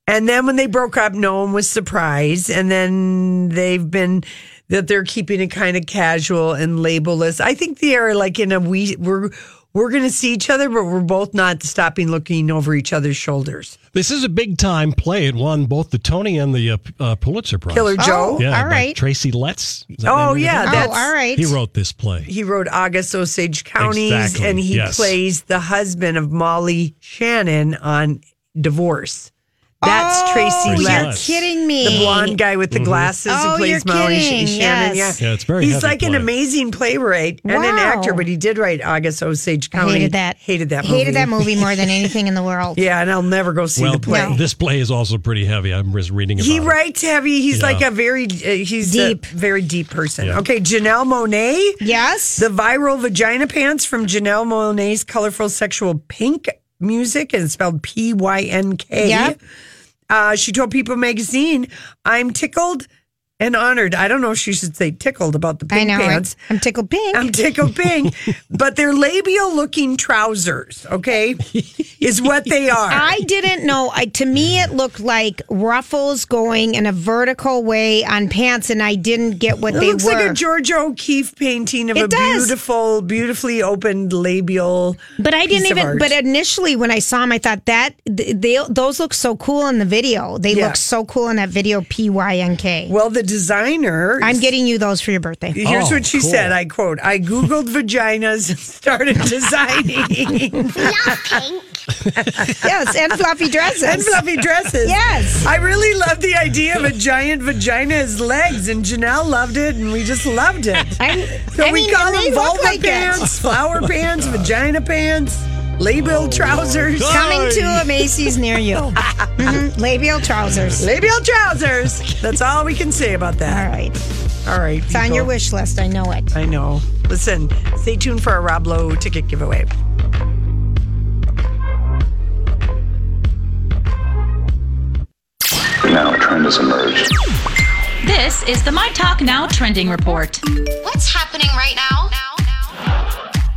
[SPEAKER 2] And then when they broke up, no one was surprised. And then they've been that they're keeping it kind of casual and labelless. I think they are like in a we we're we're going to see each other, but we're both not stopping looking over each other's shoulders.
[SPEAKER 1] This is a big time play. It won both the Tony and the uh, p- uh, Pulitzer Prize.
[SPEAKER 2] Killer Joe.
[SPEAKER 1] Yeah,
[SPEAKER 3] Oh, all
[SPEAKER 1] by
[SPEAKER 3] right.
[SPEAKER 1] Tracy Letts. Is that
[SPEAKER 2] Oh,
[SPEAKER 1] the name of
[SPEAKER 2] yeah,
[SPEAKER 1] it?
[SPEAKER 3] Oh,
[SPEAKER 2] that's-
[SPEAKER 3] all right.
[SPEAKER 1] He wrote this play.
[SPEAKER 2] He wrote August Osage Counties,
[SPEAKER 1] Exactly,
[SPEAKER 2] and he
[SPEAKER 1] yes.
[SPEAKER 2] plays the husband of Molly Shannon on Divorce. That's
[SPEAKER 3] oh,
[SPEAKER 2] Tracy
[SPEAKER 1] Tracy
[SPEAKER 3] you're
[SPEAKER 2] Letts.
[SPEAKER 1] Letts.
[SPEAKER 3] kidding me.
[SPEAKER 2] The blonde guy with the glasses
[SPEAKER 3] Oh,
[SPEAKER 2] who plays
[SPEAKER 3] you're
[SPEAKER 2] Molly
[SPEAKER 3] kidding,
[SPEAKER 2] Sh-
[SPEAKER 3] yes.
[SPEAKER 2] Shannon. Yeah.
[SPEAKER 1] Mm-hmm. Yeah, it's very
[SPEAKER 2] He's
[SPEAKER 1] heavy
[SPEAKER 2] like an
[SPEAKER 1] play.
[SPEAKER 2] amazing playwright and an
[SPEAKER 3] Wow.
[SPEAKER 2] actor, but he did write August Osage
[SPEAKER 3] I
[SPEAKER 2] County.
[SPEAKER 3] hated that.
[SPEAKER 2] Hated that movie.
[SPEAKER 3] Hated that movie more than anything in the world.
[SPEAKER 2] Yeah, and I'll never go see
[SPEAKER 1] Well,
[SPEAKER 2] the play.
[SPEAKER 3] No.
[SPEAKER 1] this play is also pretty heavy. I'm just reading about
[SPEAKER 2] He
[SPEAKER 1] it.
[SPEAKER 2] writes heavy. He's
[SPEAKER 1] Yeah.
[SPEAKER 2] like a very uh, he's
[SPEAKER 3] Deep.
[SPEAKER 2] a very deep person.
[SPEAKER 1] Yeah.
[SPEAKER 2] Okay, Janelle Monet.
[SPEAKER 3] Yes.
[SPEAKER 2] The viral vagina pants from Janelle Monae's colorful sexual pink music and it's spelled P Y N K.
[SPEAKER 3] Yep.
[SPEAKER 2] Uh, she told People magazine, I'm tickled and honored. I don't know if she should say tickled about the pink
[SPEAKER 3] I know. right?
[SPEAKER 2] pants.
[SPEAKER 3] I'm tickled pink.
[SPEAKER 2] I'm tickled pink, but they're labial looking trousers, okay, is what they are.
[SPEAKER 3] I didn't know. I, to me, it looked like ruffles going in a vertical way on pants, and I didn't get what
[SPEAKER 2] it
[SPEAKER 3] they
[SPEAKER 2] looks
[SPEAKER 3] were.
[SPEAKER 2] like a George O'Keefe painting of
[SPEAKER 3] It
[SPEAKER 2] a
[SPEAKER 3] does.
[SPEAKER 2] beautiful, beautifully opened labial.
[SPEAKER 3] but I
[SPEAKER 2] piece
[SPEAKER 3] didn't
[SPEAKER 2] of
[SPEAKER 3] even.
[SPEAKER 2] art.
[SPEAKER 3] But initially, when I saw them, I thought that th- they those look so cool in the video. They
[SPEAKER 2] Yeah.
[SPEAKER 3] look so cool in that video. P Y N K.
[SPEAKER 2] Well, the designer.
[SPEAKER 3] I'm getting you those for your birthday.
[SPEAKER 2] Here's
[SPEAKER 1] Oh,
[SPEAKER 2] what she
[SPEAKER 1] cool.
[SPEAKER 2] said. I quote, I Googled vaginas and started designing
[SPEAKER 3] yes, and fluffy dresses.
[SPEAKER 2] and fluffy dresses.
[SPEAKER 3] Yes.
[SPEAKER 2] I really love the idea of a giant vagina as legs, and Janelle loved it, and we just loved it.
[SPEAKER 3] I,
[SPEAKER 2] So
[SPEAKER 3] I
[SPEAKER 2] we
[SPEAKER 3] mean,
[SPEAKER 2] call
[SPEAKER 3] and they
[SPEAKER 2] them
[SPEAKER 3] look
[SPEAKER 2] vulva
[SPEAKER 3] like it.
[SPEAKER 2] pants, flower pants, vagina pants,
[SPEAKER 1] Oh,
[SPEAKER 2] labial trousers.
[SPEAKER 3] Coming to a Macy's near you. Mhm. Labial trousers.
[SPEAKER 2] Labial trousers. That's all we can say about
[SPEAKER 3] All
[SPEAKER 2] that.
[SPEAKER 3] right.
[SPEAKER 2] All right.
[SPEAKER 3] It's on
[SPEAKER 2] people.
[SPEAKER 3] your wish list. I know it.
[SPEAKER 2] I know. Listen, stay tuned for our Rob Lowe ticket giveaway.
[SPEAKER 7] Now a trend has emerged.
[SPEAKER 9] This is the My Talk Now trending report.
[SPEAKER 5] What's happening right now?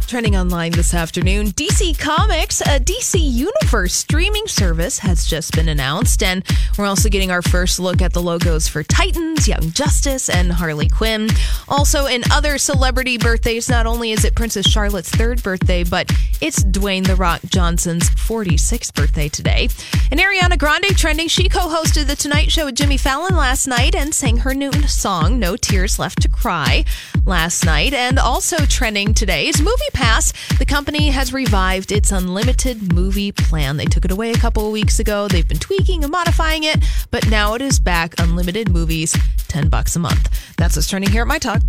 [SPEAKER 10] Trending online this afternoon, DC Comics, a DC Universe streaming service, has just been announced, and we're also getting our first look at the logos for Titans, Young Justice, and Harley Quinn. Also, in other celebrity birthdays, not only is it Princess Charlotte's third birthday, but it's Dwayne The Rock Johnson's 46th birthday today. And Ariana Grande trending, she co hosted The Tonight Show with Jimmy Fallon last night and sang her new song, No Tears Left to Cry, last night. And also trending today is Movie Pass. The company has revived its unlimited movie plan. They took it away a couple of weeks ago. They've been tweaking and modifying it, but now it is back. Unlimited movies, 10 bucks a month. That's what's trending here at My Talk.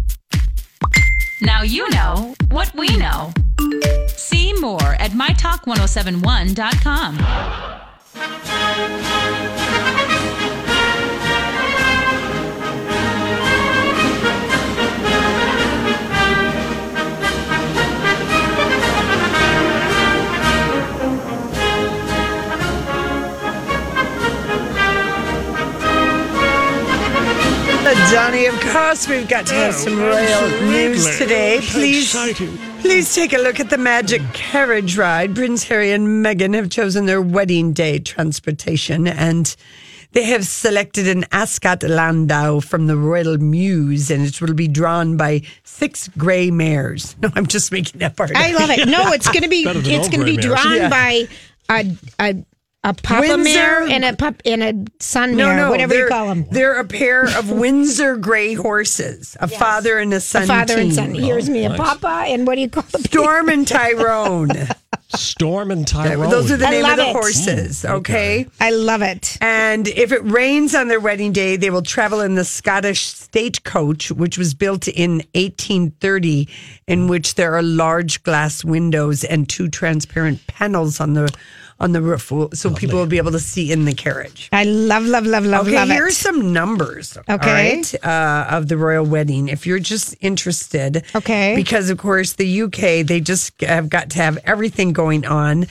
[SPEAKER 9] Now you know what we know. See more at mytalk1071.com.
[SPEAKER 2] Uh, Johnny, of course, we've got to have some royal news today. Please, please take a look at the magic carriage ride. Prince Harry and Meghan have chosen their wedding day transportation, and they have selected an Ascot Landau from the Royal Mews, and it will be drawn by six grey mares. No, I'm just making that part. up.
[SPEAKER 3] I love it. No, it's gonna be
[SPEAKER 1] Better than
[SPEAKER 3] it's gonna
[SPEAKER 1] Old
[SPEAKER 3] be
[SPEAKER 1] Grey Mares.
[SPEAKER 3] drawn
[SPEAKER 2] Yeah.
[SPEAKER 3] by a a a papa
[SPEAKER 2] Windsor-
[SPEAKER 3] mare and a pup and a son
[SPEAKER 2] No,
[SPEAKER 3] mare,
[SPEAKER 2] no,
[SPEAKER 3] whatever
[SPEAKER 2] they're,
[SPEAKER 3] you call them.
[SPEAKER 2] They're a pair of Windsor grey horses, a father and a son.
[SPEAKER 3] A father and son.
[SPEAKER 2] team.
[SPEAKER 3] Here's me a
[SPEAKER 1] nice.
[SPEAKER 3] papa and what do you call them?
[SPEAKER 2] Storm and Tyrone.
[SPEAKER 1] Storm and Tyrone.
[SPEAKER 2] Those are the
[SPEAKER 3] I
[SPEAKER 2] name of
[SPEAKER 3] love
[SPEAKER 2] the
[SPEAKER 3] it.
[SPEAKER 2] horses. okay.
[SPEAKER 3] I love it.
[SPEAKER 2] And if it rains on their wedding day, they will travel in the Scottish stagecoach, which was built in 1830, in which there are large glass windows and two transparent panels on the on the roof, so people will be able to see in the carriage.
[SPEAKER 3] I love, love, love, love,
[SPEAKER 2] Okay,
[SPEAKER 3] love
[SPEAKER 2] here's
[SPEAKER 3] it.
[SPEAKER 2] some numbers. all
[SPEAKER 3] Okay.
[SPEAKER 2] right, uh, of the royal wedding, if you're just interested.
[SPEAKER 3] Okay.
[SPEAKER 2] Because of course the UK they just have got to have everything going on,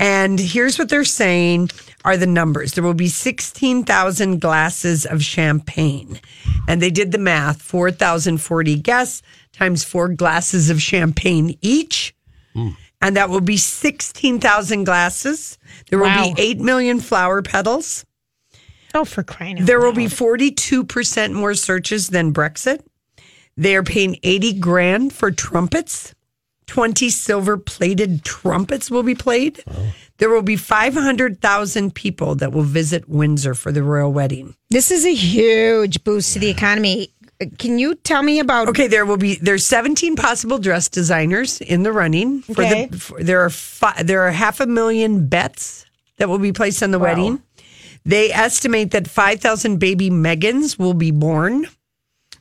[SPEAKER 2] And here's what they're saying are the numbers. There will be 16,000 glasses of champagne. And they did the math 4,040 guests times four glasses of champagne each. And that will be 16,000 glasses. There will
[SPEAKER 3] Wow.
[SPEAKER 2] be 8 million flower petals.
[SPEAKER 3] Oh, for crying out
[SPEAKER 2] There will be 42% more searches than Brexit. They are paying 80 grand for trumpets. 20 silver plated trumpets will be played. There will be 500,000 people that will visit Windsor for the royal wedding.
[SPEAKER 3] This is a huge boost to the economy. Can you tell me about?
[SPEAKER 2] Okay, there will be there's 17 possible dress designers in the running. For
[SPEAKER 3] Okay.
[SPEAKER 2] the, for, there are fi- there are half a million bets that will be placed on the wedding. They estimate that 5,000 baby Megans will be born.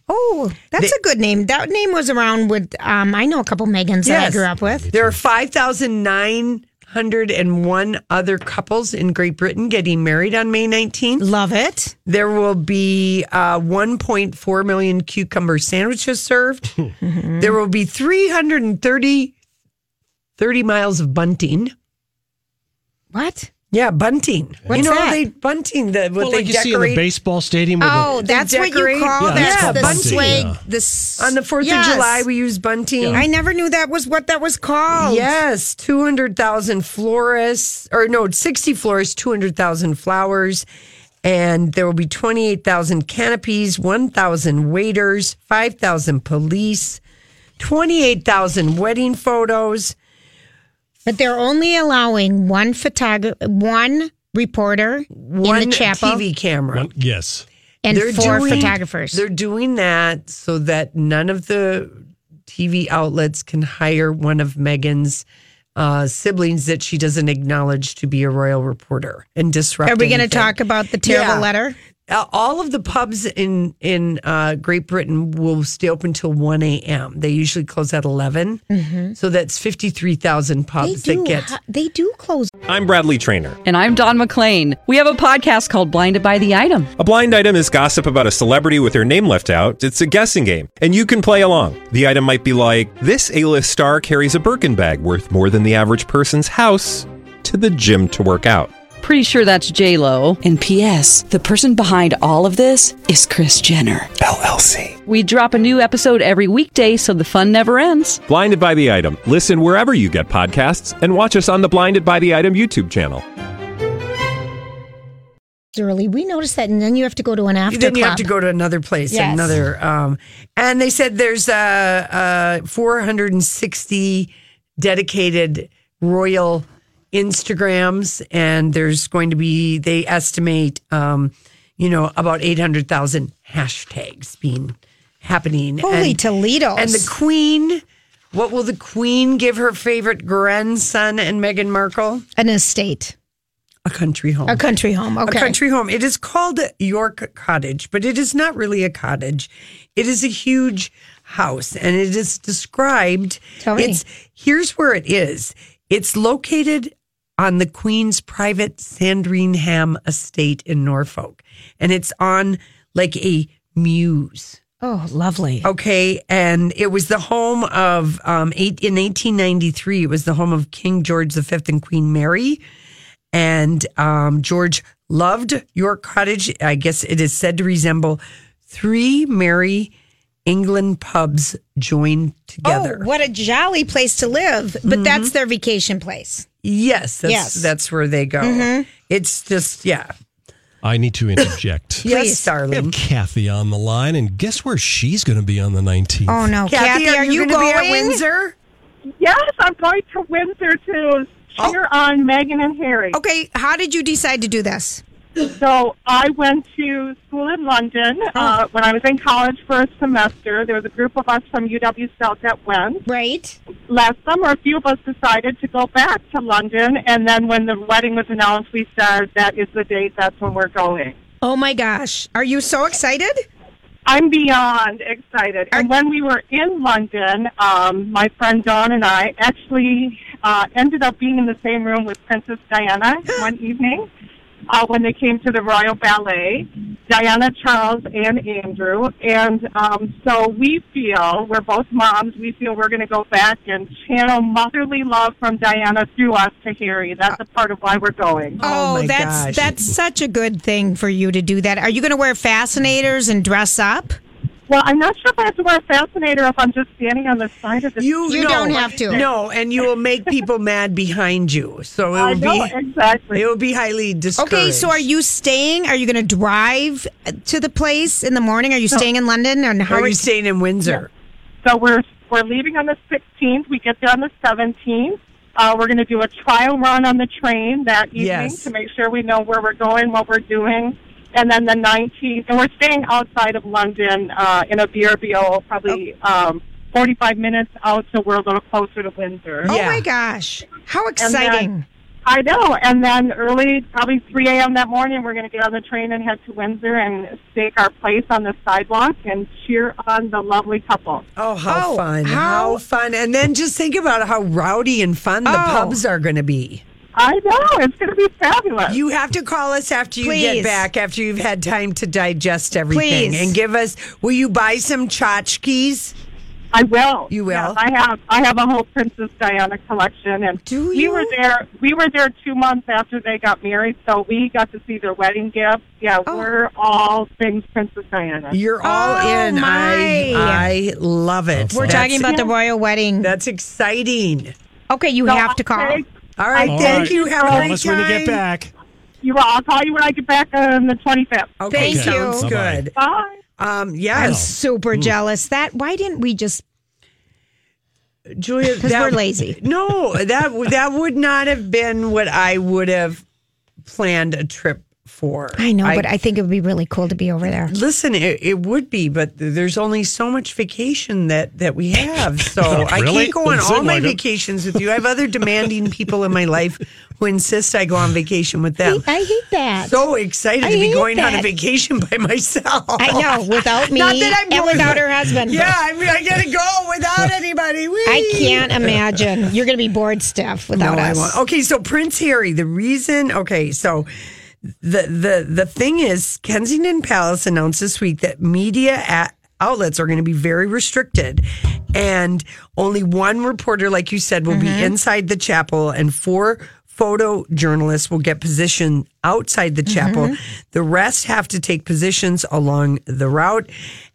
[SPEAKER 3] Oh, that's a good name. That name was around with. Um, I know a couple Megans that I
[SPEAKER 2] Yes.
[SPEAKER 3] grew up with.
[SPEAKER 2] There are 5,901 other couples in Great Britain getting married on May
[SPEAKER 1] Mm.
[SPEAKER 2] 19th.
[SPEAKER 3] Love it.
[SPEAKER 2] There will be uh, 1.4 million cucumber sandwiches served.
[SPEAKER 1] Mm-hmm.
[SPEAKER 2] There will be 330 30 miles of bunting.
[SPEAKER 3] What?
[SPEAKER 2] Yeah, bunting.
[SPEAKER 3] What's
[SPEAKER 2] you know
[SPEAKER 3] that?
[SPEAKER 2] they bunting the what
[SPEAKER 1] Well,
[SPEAKER 2] they
[SPEAKER 1] like you see
[SPEAKER 2] decorate
[SPEAKER 1] in the baseball stadium. with
[SPEAKER 3] Oh,
[SPEAKER 1] the-
[SPEAKER 3] that's what you
[SPEAKER 2] decorate-
[SPEAKER 3] call
[SPEAKER 1] Yeah, it's
[SPEAKER 3] that.
[SPEAKER 1] called
[SPEAKER 3] the
[SPEAKER 1] bunting,
[SPEAKER 3] swag.
[SPEAKER 1] yeah.
[SPEAKER 3] This
[SPEAKER 2] on the 4th of
[SPEAKER 3] Yes.
[SPEAKER 2] July we use bunting.
[SPEAKER 3] I never knew that was what that was called.
[SPEAKER 2] Yes, 200,000 florists, or no, 60 florists, 200,000 flowers. And there will be 28,000 canopies, 1,000 waiters, 5,000 police, 28,000 wedding photos.
[SPEAKER 3] But they're only allowing one photographer, one reporter
[SPEAKER 2] one
[SPEAKER 3] in the chapel,
[SPEAKER 2] TV camera.
[SPEAKER 1] One- yes.
[SPEAKER 3] and four photographers.
[SPEAKER 2] They're doing that so that none of the TV outlets can hire one of Megan's uh, siblings that she doesn't acknowledge to be a royal reporter and disrupt.
[SPEAKER 3] Are we going to
[SPEAKER 2] anything.
[SPEAKER 3] talk about the terrible
[SPEAKER 2] Yeah.
[SPEAKER 3] letter?
[SPEAKER 2] Uh, all of the pubs in in uh, Great Britain will stay open till one a.m. They usually close at 11 so that's fifty three thousand pubs that get.
[SPEAKER 3] Mm-hmm. They do close.
[SPEAKER 11] I'm Bradley Trainer.
[SPEAKER 12] And I'm Don McClain. We have a podcast called Blinded by the Item.
[SPEAKER 11] A blind item is gossip about a celebrity with their name left out. It's a guessing game, and you can play along. The item might be like this: A-list star carries a Birkin bag worth more than the average person's house to the gym to work out.
[SPEAKER 12] Pretty sure that's J Lo. And P.S. The person behind all of this is Chris Jenner
[SPEAKER 11] LLC.
[SPEAKER 12] We drop a new episode every weekday, so the fun never ends.
[SPEAKER 11] Blinded by the item. Listen wherever you get podcasts, and watch us on the Blinded by the Item YouTube channel.
[SPEAKER 3] early. We noticed that, and then you have to go to an after
[SPEAKER 2] then you
[SPEAKER 3] club.
[SPEAKER 2] have to go to another place,
[SPEAKER 3] Yes.
[SPEAKER 2] another. Um, and they said there's uh, uh, 460 dedicated royal Instagrams, and there's going to be they estimate, um, you know, about 800,000 hashtags being happening.
[SPEAKER 3] Holy
[SPEAKER 2] And-
[SPEAKER 3] Toledo!
[SPEAKER 2] And the Queen, what will the Queen give her favorite grandson and Meghan Markle?
[SPEAKER 3] an estate,
[SPEAKER 2] A country home.
[SPEAKER 3] a country home. Okay,
[SPEAKER 2] A country home. It is called York Cottage, but it is not really a cottage. It is a huge house and it is described.
[SPEAKER 3] Tell me.
[SPEAKER 2] It's here's where it is. It's located on the Queen's private Sandringham estate in Norfolk. And it's on like a muse.
[SPEAKER 3] Oh, lovely.
[SPEAKER 2] Okay, and it was the home of um, eight in 1893. It was the home of King George V and Queen Mary, and um, George loved York Cottage. I guess it is said to resemble three Mary England pubs joined together. Mm-hmm.
[SPEAKER 3] Oh, what a jolly place to live! But that's their vacation place.
[SPEAKER 2] Yes, that's,
[SPEAKER 3] Yes. Mm-hmm.
[SPEAKER 2] that's where they go. It's just yeah.
[SPEAKER 1] I need to interject.
[SPEAKER 2] Yes,
[SPEAKER 1] We have
[SPEAKER 2] darling.
[SPEAKER 1] Kathy on the line, and guess where she's going to be on the 19th?
[SPEAKER 3] Oh no, Kathy, are, you,
[SPEAKER 2] gonna
[SPEAKER 3] going?
[SPEAKER 2] be at Windsor?
[SPEAKER 13] Yes, I'm going to Windsor to cheer on Meghan and Harry.
[SPEAKER 3] Okay, how did you decide to do this?
[SPEAKER 13] So I went to school in London uh, when I was in college for a semester. There was a group of us from UW South that went.
[SPEAKER 3] Right.
[SPEAKER 13] Last summer, a few of us decided to go back to London, and then when the wedding was announced, we said that is the date. That's when we're going.
[SPEAKER 3] Oh my gosh, are you so excited?
[SPEAKER 13] I'm beyond excited. And when we were in London, um, my friend Dawn and I actually uh, ended up being in the same room with Princess Diana one evening. uh, when they came to the Royal Ballet, Diana, Charles, and Andrew. And um, so we feel, we're both moms, we feel we're going to go back and channel motherly love from Diana through us to Harry. That's a part of why we're going.
[SPEAKER 3] Oh, that's that's such a good thing for you to do that. Are you going to wear fascinators and dress up?
[SPEAKER 13] Well, I'm not sure if I have to wear a fascinator if I'm just standing on the side of the
[SPEAKER 2] You,
[SPEAKER 3] You
[SPEAKER 2] no,
[SPEAKER 3] don't have to.
[SPEAKER 2] No, and you will make people mad behind you. So it
[SPEAKER 3] I
[SPEAKER 2] will be
[SPEAKER 3] know, exactly.
[SPEAKER 2] It will be highly discouraged.
[SPEAKER 3] Okay, so are you staying? Are you going to drive to the place in the morning? Are you
[SPEAKER 2] No.
[SPEAKER 3] staying in London? And how
[SPEAKER 2] Are you staying in Windsor?
[SPEAKER 13] So we're we're leaving on the 16th. We get there on the 17th. Uh, we're going to do a trial run on the train that evening
[SPEAKER 2] Yes.
[SPEAKER 13] to make sure we know where we're going, what we're doing, and then the 19th. And we're staying outside of London uh, in a VRBO, probably um, 45 minutes out, so we're a little closer to Windsor.
[SPEAKER 3] Oh my gosh, how
[SPEAKER 13] And then-
[SPEAKER 3] exciting!
[SPEAKER 13] I know. And then early, probably 3 a.m. that morning, we're going to get on the train and head to Windsor and stake our place on the sidewalk and cheer on the lovely couple.
[SPEAKER 2] Oh, how fun. How, fun. And then just think about how rowdy and fun
[SPEAKER 3] Oh.
[SPEAKER 2] the pubs are going to be.
[SPEAKER 13] I know. It's going to be fabulous.
[SPEAKER 2] You have to call us after you
[SPEAKER 3] Please.
[SPEAKER 2] get back, after you've had time to digest everything.
[SPEAKER 3] Please.
[SPEAKER 2] And give us, will you buy some tchotchkes?
[SPEAKER 13] I will.
[SPEAKER 2] You will.
[SPEAKER 13] Yes, I have. I have a whole Princess Diana collection, and we were there. We were there two months after they got married, so we got to see their wedding gift. Yeah,
[SPEAKER 3] Oh.
[SPEAKER 13] we're all things Princess Diana.
[SPEAKER 2] You're all in.
[SPEAKER 3] my.
[SPEAKER 2] I I love it.
[SPEAKER 3] We're talking about the royal wedding.
[SPEAKER 2] That's exciting.
[SPEAKER 3] Okay, you
[SPEAKER 13] So
[SPEAKER 3] have to
[SPEAKER 13] I'll
[SPEAKER 3] call.
[SPEAKER 13] take-
[SPEAKER 2] All right,
[SPEAKER 1] All
[SPEAKER 2] thank
[SPEAKER 1] right.
[SPEAKER 2] you. Have
[SPEAKER 1] Call
[SPEAKER 2] a great
[SPEAKER 1] us when you get
[SPEAKER 2] time.
[SPEAKER 1] back.
[SPEAKER 13] You will. I'll call you when I get back on the 25th.
[SPEAKER 2] Okay,
[SPEAKER 3] Thank you.
[SPEAKER 2] sounds
[SPEAKER 1] Bye-bye.
[SPEAKER 2] good.
[SPEAKER 13] Bye.
[SPEAKER 2] Um,
[SPEAKER 3] I'm
[SPEAKER 2] yes,
[SPEAKER 3] super jealous. That why didn't we just?
[SPEAKER 2] Julia,
[SPEAKER 3] 'Cause
[SPEAKER 2] that-
[SPEAKER 3] we're lazy.
[SPEAKER 2] No, that w- that would not have been what I would have planned a trip for.
[SPEAKER 3] I know, but I think it would be really cool to be over there.
[SPEAKER 2] listen. It, it would be, but th- there's only so much vacation that that we have. So I
[SPEAKER 1] Really?
[SPEAKER 2] can't go on
[SPEAKER 1] Doesn't
[SPEAKER 2] all
[SPEAKER 1] seem
[SPEAKER 2] my
[SPEAKER 1] like it.
[SPEAKER 2] vacations with you. I have other demanding people in my life who insist I go on vacation with them.
[SPEAKER 3] I hate that.
[SPEAKER 2] so excited
[SPEAKER 3] I
[SPEAKER 2] to be
[SPEAKER 3] hate
[SPEAKER 2] going on a
[SPEAKER 3] that.
[SPEAKER 2] vacation by myself.
[SPEAKER 3] I know, without me
[SPEAKER 2] Not that I'm
[SPEAKER 3] and
[SPEAKER 2] going-
[SPEAKER 3] without her husband.
[SPEAKER 2] Yeah, I mean, I gotta go without anybody. Whee!
[SPEAKER 3] I can't imagine. You're going to be bored, Steph, without
[SPEAKER 2] No, I
[SPEAKER 3] us.
[SPEAKER 2] won't. Okay, so Prince Harry, the reason okay, so the the the thing is Kensington Palace announced this week that media at outlets are going to be very restricted and only one reporter like you said will
[SPEAKER 3] Mm-hmm.
[SPEAKER 2] be inside the chapel and four photo journalists will get positioned outside the chapel
[SPEAKER 3] Mm-hmm.
[SPEAKER 2] the rest have to take positions along the route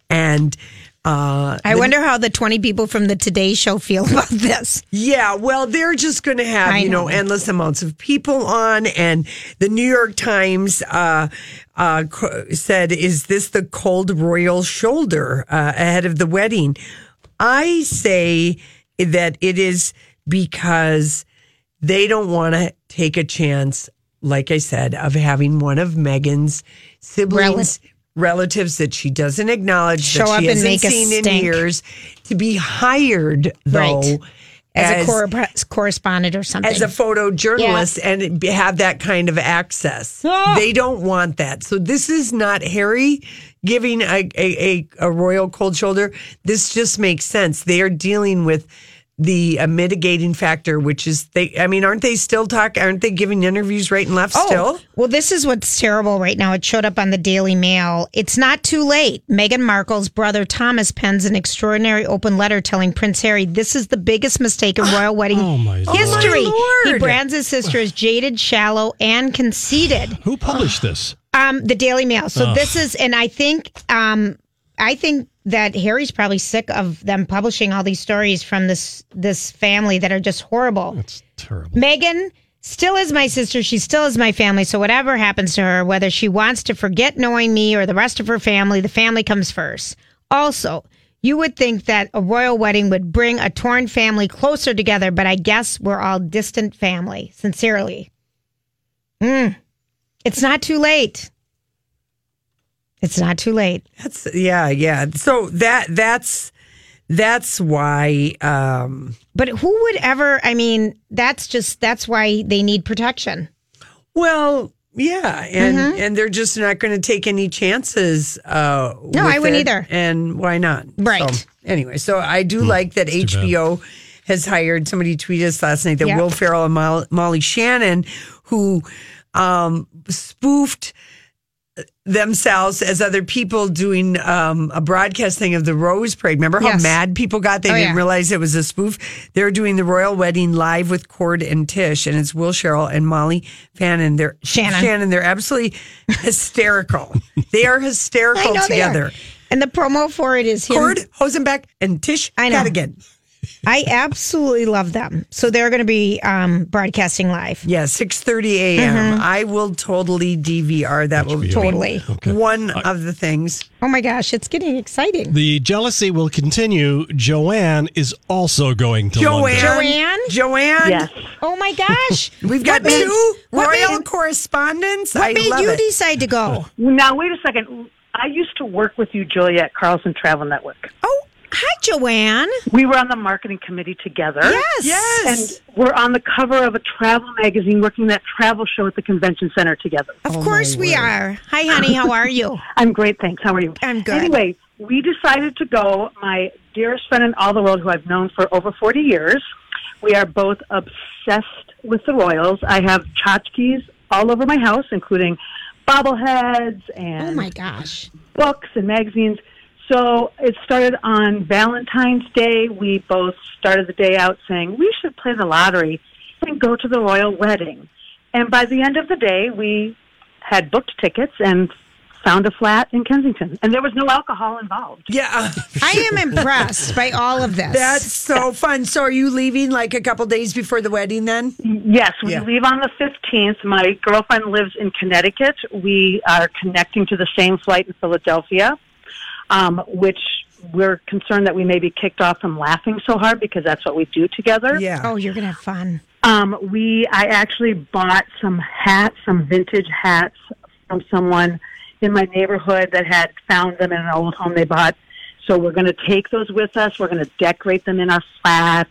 [SPEAKER 2] and uh
[SPEAKER 3] I wonder how the 20 people from the Today Show feel about this.
[SPEAKER 2] Yeah, well, they're just going to have,
[SPEAKER 3] I
[SPEAKER 2] you know,
[SPEAKER 3] know.
[SPEAKER 2] endless amounts of people on. And the New York Times uh, uh, co- said, Is this the cold royal shoulder uh, ahead of the wedding? I say that it is because they don't want to take a chance, like I said, of having one of Megan's siblings. Relatives that she doesn't acknowledge
[SPEAKER 3] Show
[SPEAKER 2] that
[SPEAKER 3] up
[SPEAKER 2] she
[SPEAKER 3] and
[SPEAKER 2] hasn't
[SPEAKER 3] make a
[SPEAKER 2] seen in
[SPEAKER 3] stink.
[SPEAKER 2] years to be hired though
[SPEAKER 3] Right. As, a cor- correspondent or something.
[SPEAKER 2] as a photojournalist and be- have that kind of access.
[SPEAKER 3] Ah.
[SPEAKER 2] They don't want that. So this is not Harry giving a, a, a, a royal cold shoulder. This just makes sense. They are dealing with the uh, mitigating factor, which is they, I mean, aren't they still talk? Aren't they giving interviews right and left still?
[SPEAKER 3] Oh, Well, this is what's terrible right now. It showed up on the Daily Mail. It's not too late. Meghan Markle's brother Thomas pens an extraordinary open letter telling Prince Harry this is the biggest mistake in royal wedding
[SPEAKER 1] Oh, my Lord.
[SPEAKER 3] history.
[SPEAKER 2] Oh, my
[SPEAKER 3] He
[SPEAKER 2] Lord.
[SPEAKER 3] brands his sister as jaded, shallow, and conceited.
[SPEAKER 1] Who published this?
[SPEAKER 3] Um, the Daily Mail. So
[SPEAKER 1] Ugh.
[SPEAKER 3] this is, and I think, um, I think that Harry's probably sick of them publishing all these stories from this this family that are just horrible.
[SPEAKER 1] It's terrible.
[SPEAKER 3] Megan still is my sister. She still is my family. So whatever happens to her, whether she wants to forget knowing me or the rest of her family, the family comes first. Also, you would think that a royal wedding would bring a torn family closer together, but I guess we're all distant family. Sincerely. Mm. It's not too late. It's not too late.
[SPEAKER 2] That's yeah, yeah. So that, that's, that's why, um,
[SPEAKER 3] But who would ever, I mean, that's just, that's why they need protection.
[SPEAKER 2] Well, yeah, and
[SPEAKER 3] Mm-hmm.
[SPEAKER 2] and they're just not going to take any chances. Uh,
[SPEAKER 3] No, I
[SPEAKER 2] with
[SPEAKER 3] wouldn't
[SPEAKER 2] it,
[SPEAKER 3] either.
[SPEAKER 2] And why not?
[SPEAKER 3] Right.
[SPEAKER 2] So, anyway, so I do like that HBO has hired somebody tweeted us last night that
[SPEAKER 3] Yeah.
[SPEAKER 2] Will Ferrell and Mol- Molly Shannon, who um, spoofed themselves as other people doing um, a broadcast thing of the Rose Parade. Remember how
[SPEAKER 14] Yes.
[SPEAKER 2] mad people got? They
[SPEAKER 14] Oh,
[SPEAKER 2] didn't
[SPEAKER 14] yeah.
[SPEAKER 2] realize it was a spoof. They're doing the royal wedding live with Cord and Tish, and it's Will Sherrill and Molly Fannin. They're
[SPEAKER 3] Shannon.
[SPEAKER 2] Shannon. They're absolutely hysterical. they are
[SPEAKER 3] I
[SPEAKER 2] hysterical
[SPEAKER 3] know they are.
[SPEAKER 2] together.
[SPEAKER 3] And the promo for it is him.
[SPEAKER 2] Cord, Hosenbeck, and Tish
[SPEAKER 3] I know.
[SPEAKER 2] again.
[SPEAKER 3] I absolutely love them. So they're going to be um, broadcasting live.
[SPEAKER 2] Yeah, six thirty a.m. I will totally DVR that. Will be
[SPEAKER 3] Mm-hmm. Totally.
[SPEAKER 2] one of the things.
[SPEAKER 3] Oh my gosh, it's getting exciting.
[SPEAKER 1] The jealousy will continue. Joanne is also going to London.
[SPEAKER 3] Joanne?
[SPEAKER 2] Joanne? Yes.
[SPEAKER 3] Oh my gosh.
[SPEAKER 2] We've
[SPEAKER 3] What
[SPEAKER 2] got
[SPEAKER 3] made-
[SPEAKER 2] two
[SPEAKER 3] what
[SPEAKER 2] royal
[SPEAKER 3] made-
[SPEAKER 2] correspondents.
[SPEAKER 3] What
[SPEAKER 2] I
[SPEAKER 3] made
[SPEAKER 2] love
[SPEAKER 3] you
[SPEAKER 2] it.
[SPEAKER 3] decide to go?
[SPEAKER 14] Now, wait a second. I used to work with you, Julia, at Carlson Travel Network.
[SPEAKER 3] Oh, hi, Joanne.
[SPEAKER 14] We were on the marketing committee together.
[SPEAKER 3] Yes. Yes.
[SPEAKER 14] And we're on the cover of a travel magazine working that travel show at the convention center together.
[SPEAKER 3] Of course we are. Hi, honey. How are you?
[SPEAKER 14] Oh, I'm great, thanks. How are you?
[SPEAKER 3] I'm good.
[SPEAKER 14] Anyway, we decided to go. My dearest friend in all the world, who I've known for over 40 years, we are both obsessed with the Royals. I have tchotchkes all over my house, including bobbleheads and
[SPEAKER 3] Oh my gosh.
[SPEAKER 14] books and magazines. So it started on Valentine's Day. We both started the day out saying we should play the lottery and go to the royal wedding. And by the end of the day, we had booked tickets and found a flat in Kensington. And there was no alcohol involved.
[SPEAKER 2] Yeah.
[SPEAKER 3] I am impressed by all of this.
[SPEAKER 2] That's so fun. So are you leaving like a couple days before the wedding then?
[SPEAKER 14] Yes, we leave on the 15th. My girlfriend lives in Connecticut. We are connecting to the same flight in Philadelphia, um, which we're concerned that we may be kicked off from laughing so hard because that's what we do together.
[SPEAKER 3] Oh, you're going to have fun.
[SPEAKER 14] Um, we I actually bought some hats, some vintage hats from someone in my neighborhood that had found them in an old home they bought. So we're going to take those with us. We're going to decorate them in our flat.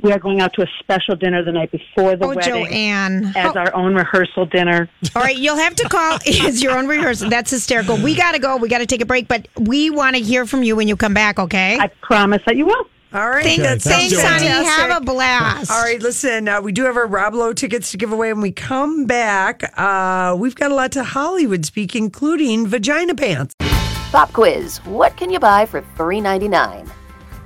[SPEAKER 14] We are going out to a special dinner the night before the
[SPEAKER 3] Oh,
[SPEAKER 14] wedding
[SPEAKER 3] Joanne. Oh,
[SPEAKER 14] as
[SPEAKER 3] How-
[SPEAKER 14] our own rehearsal dinner.
[SPEAKER 3] All right, you'll have to call. It's your own rehearsal. That's hysterical. We got to go. We got to take a break, but we want to hear from you when you come back, okay? I
[SPEAKER 14] promise that you will.
[SPEAKER 2] All right.
[SPEAKER 3] Thank-
[SPEAKER 2] That sounds
[SPEAKER 3] thanks, honey.
[SPEAKER 2] fantastic.
[SPEAKER 3] Have a blast.
[SPEAKER 2] All right, listen, uh, we do have our Rob Lowe tickets to give away. When we come back, uh, we've got a lot to Hollywood speak, including vagina pants.
[SPEAKER 15] Pop quiz What can you buy for $3.99?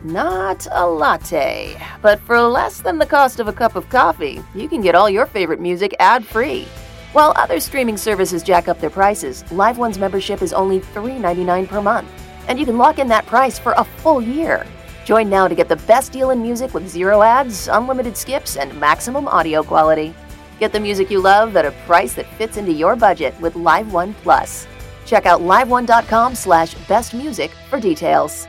[SPEAKER 15] Not a latte, but for less than the cost of a cup of coffee, you can get all your favorite music ad free. While other streaming services jack up their prices, LiveOne's membership is only $3.99 per month, and you can lock in that price for a full year. Join now to get the best deal in music with zero ads, unlimited skips, and maximum audio quality. Get the music you love at a price that fits into your budget with LiveOne Plus. Check out liveone.com slash best music for details.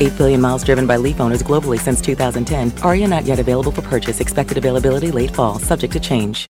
[SPEAKER 16] 8 billion miles driven by Leaf owners globally since 2010. Aria not yet available for purchase. Expected availability late fall, subject to change.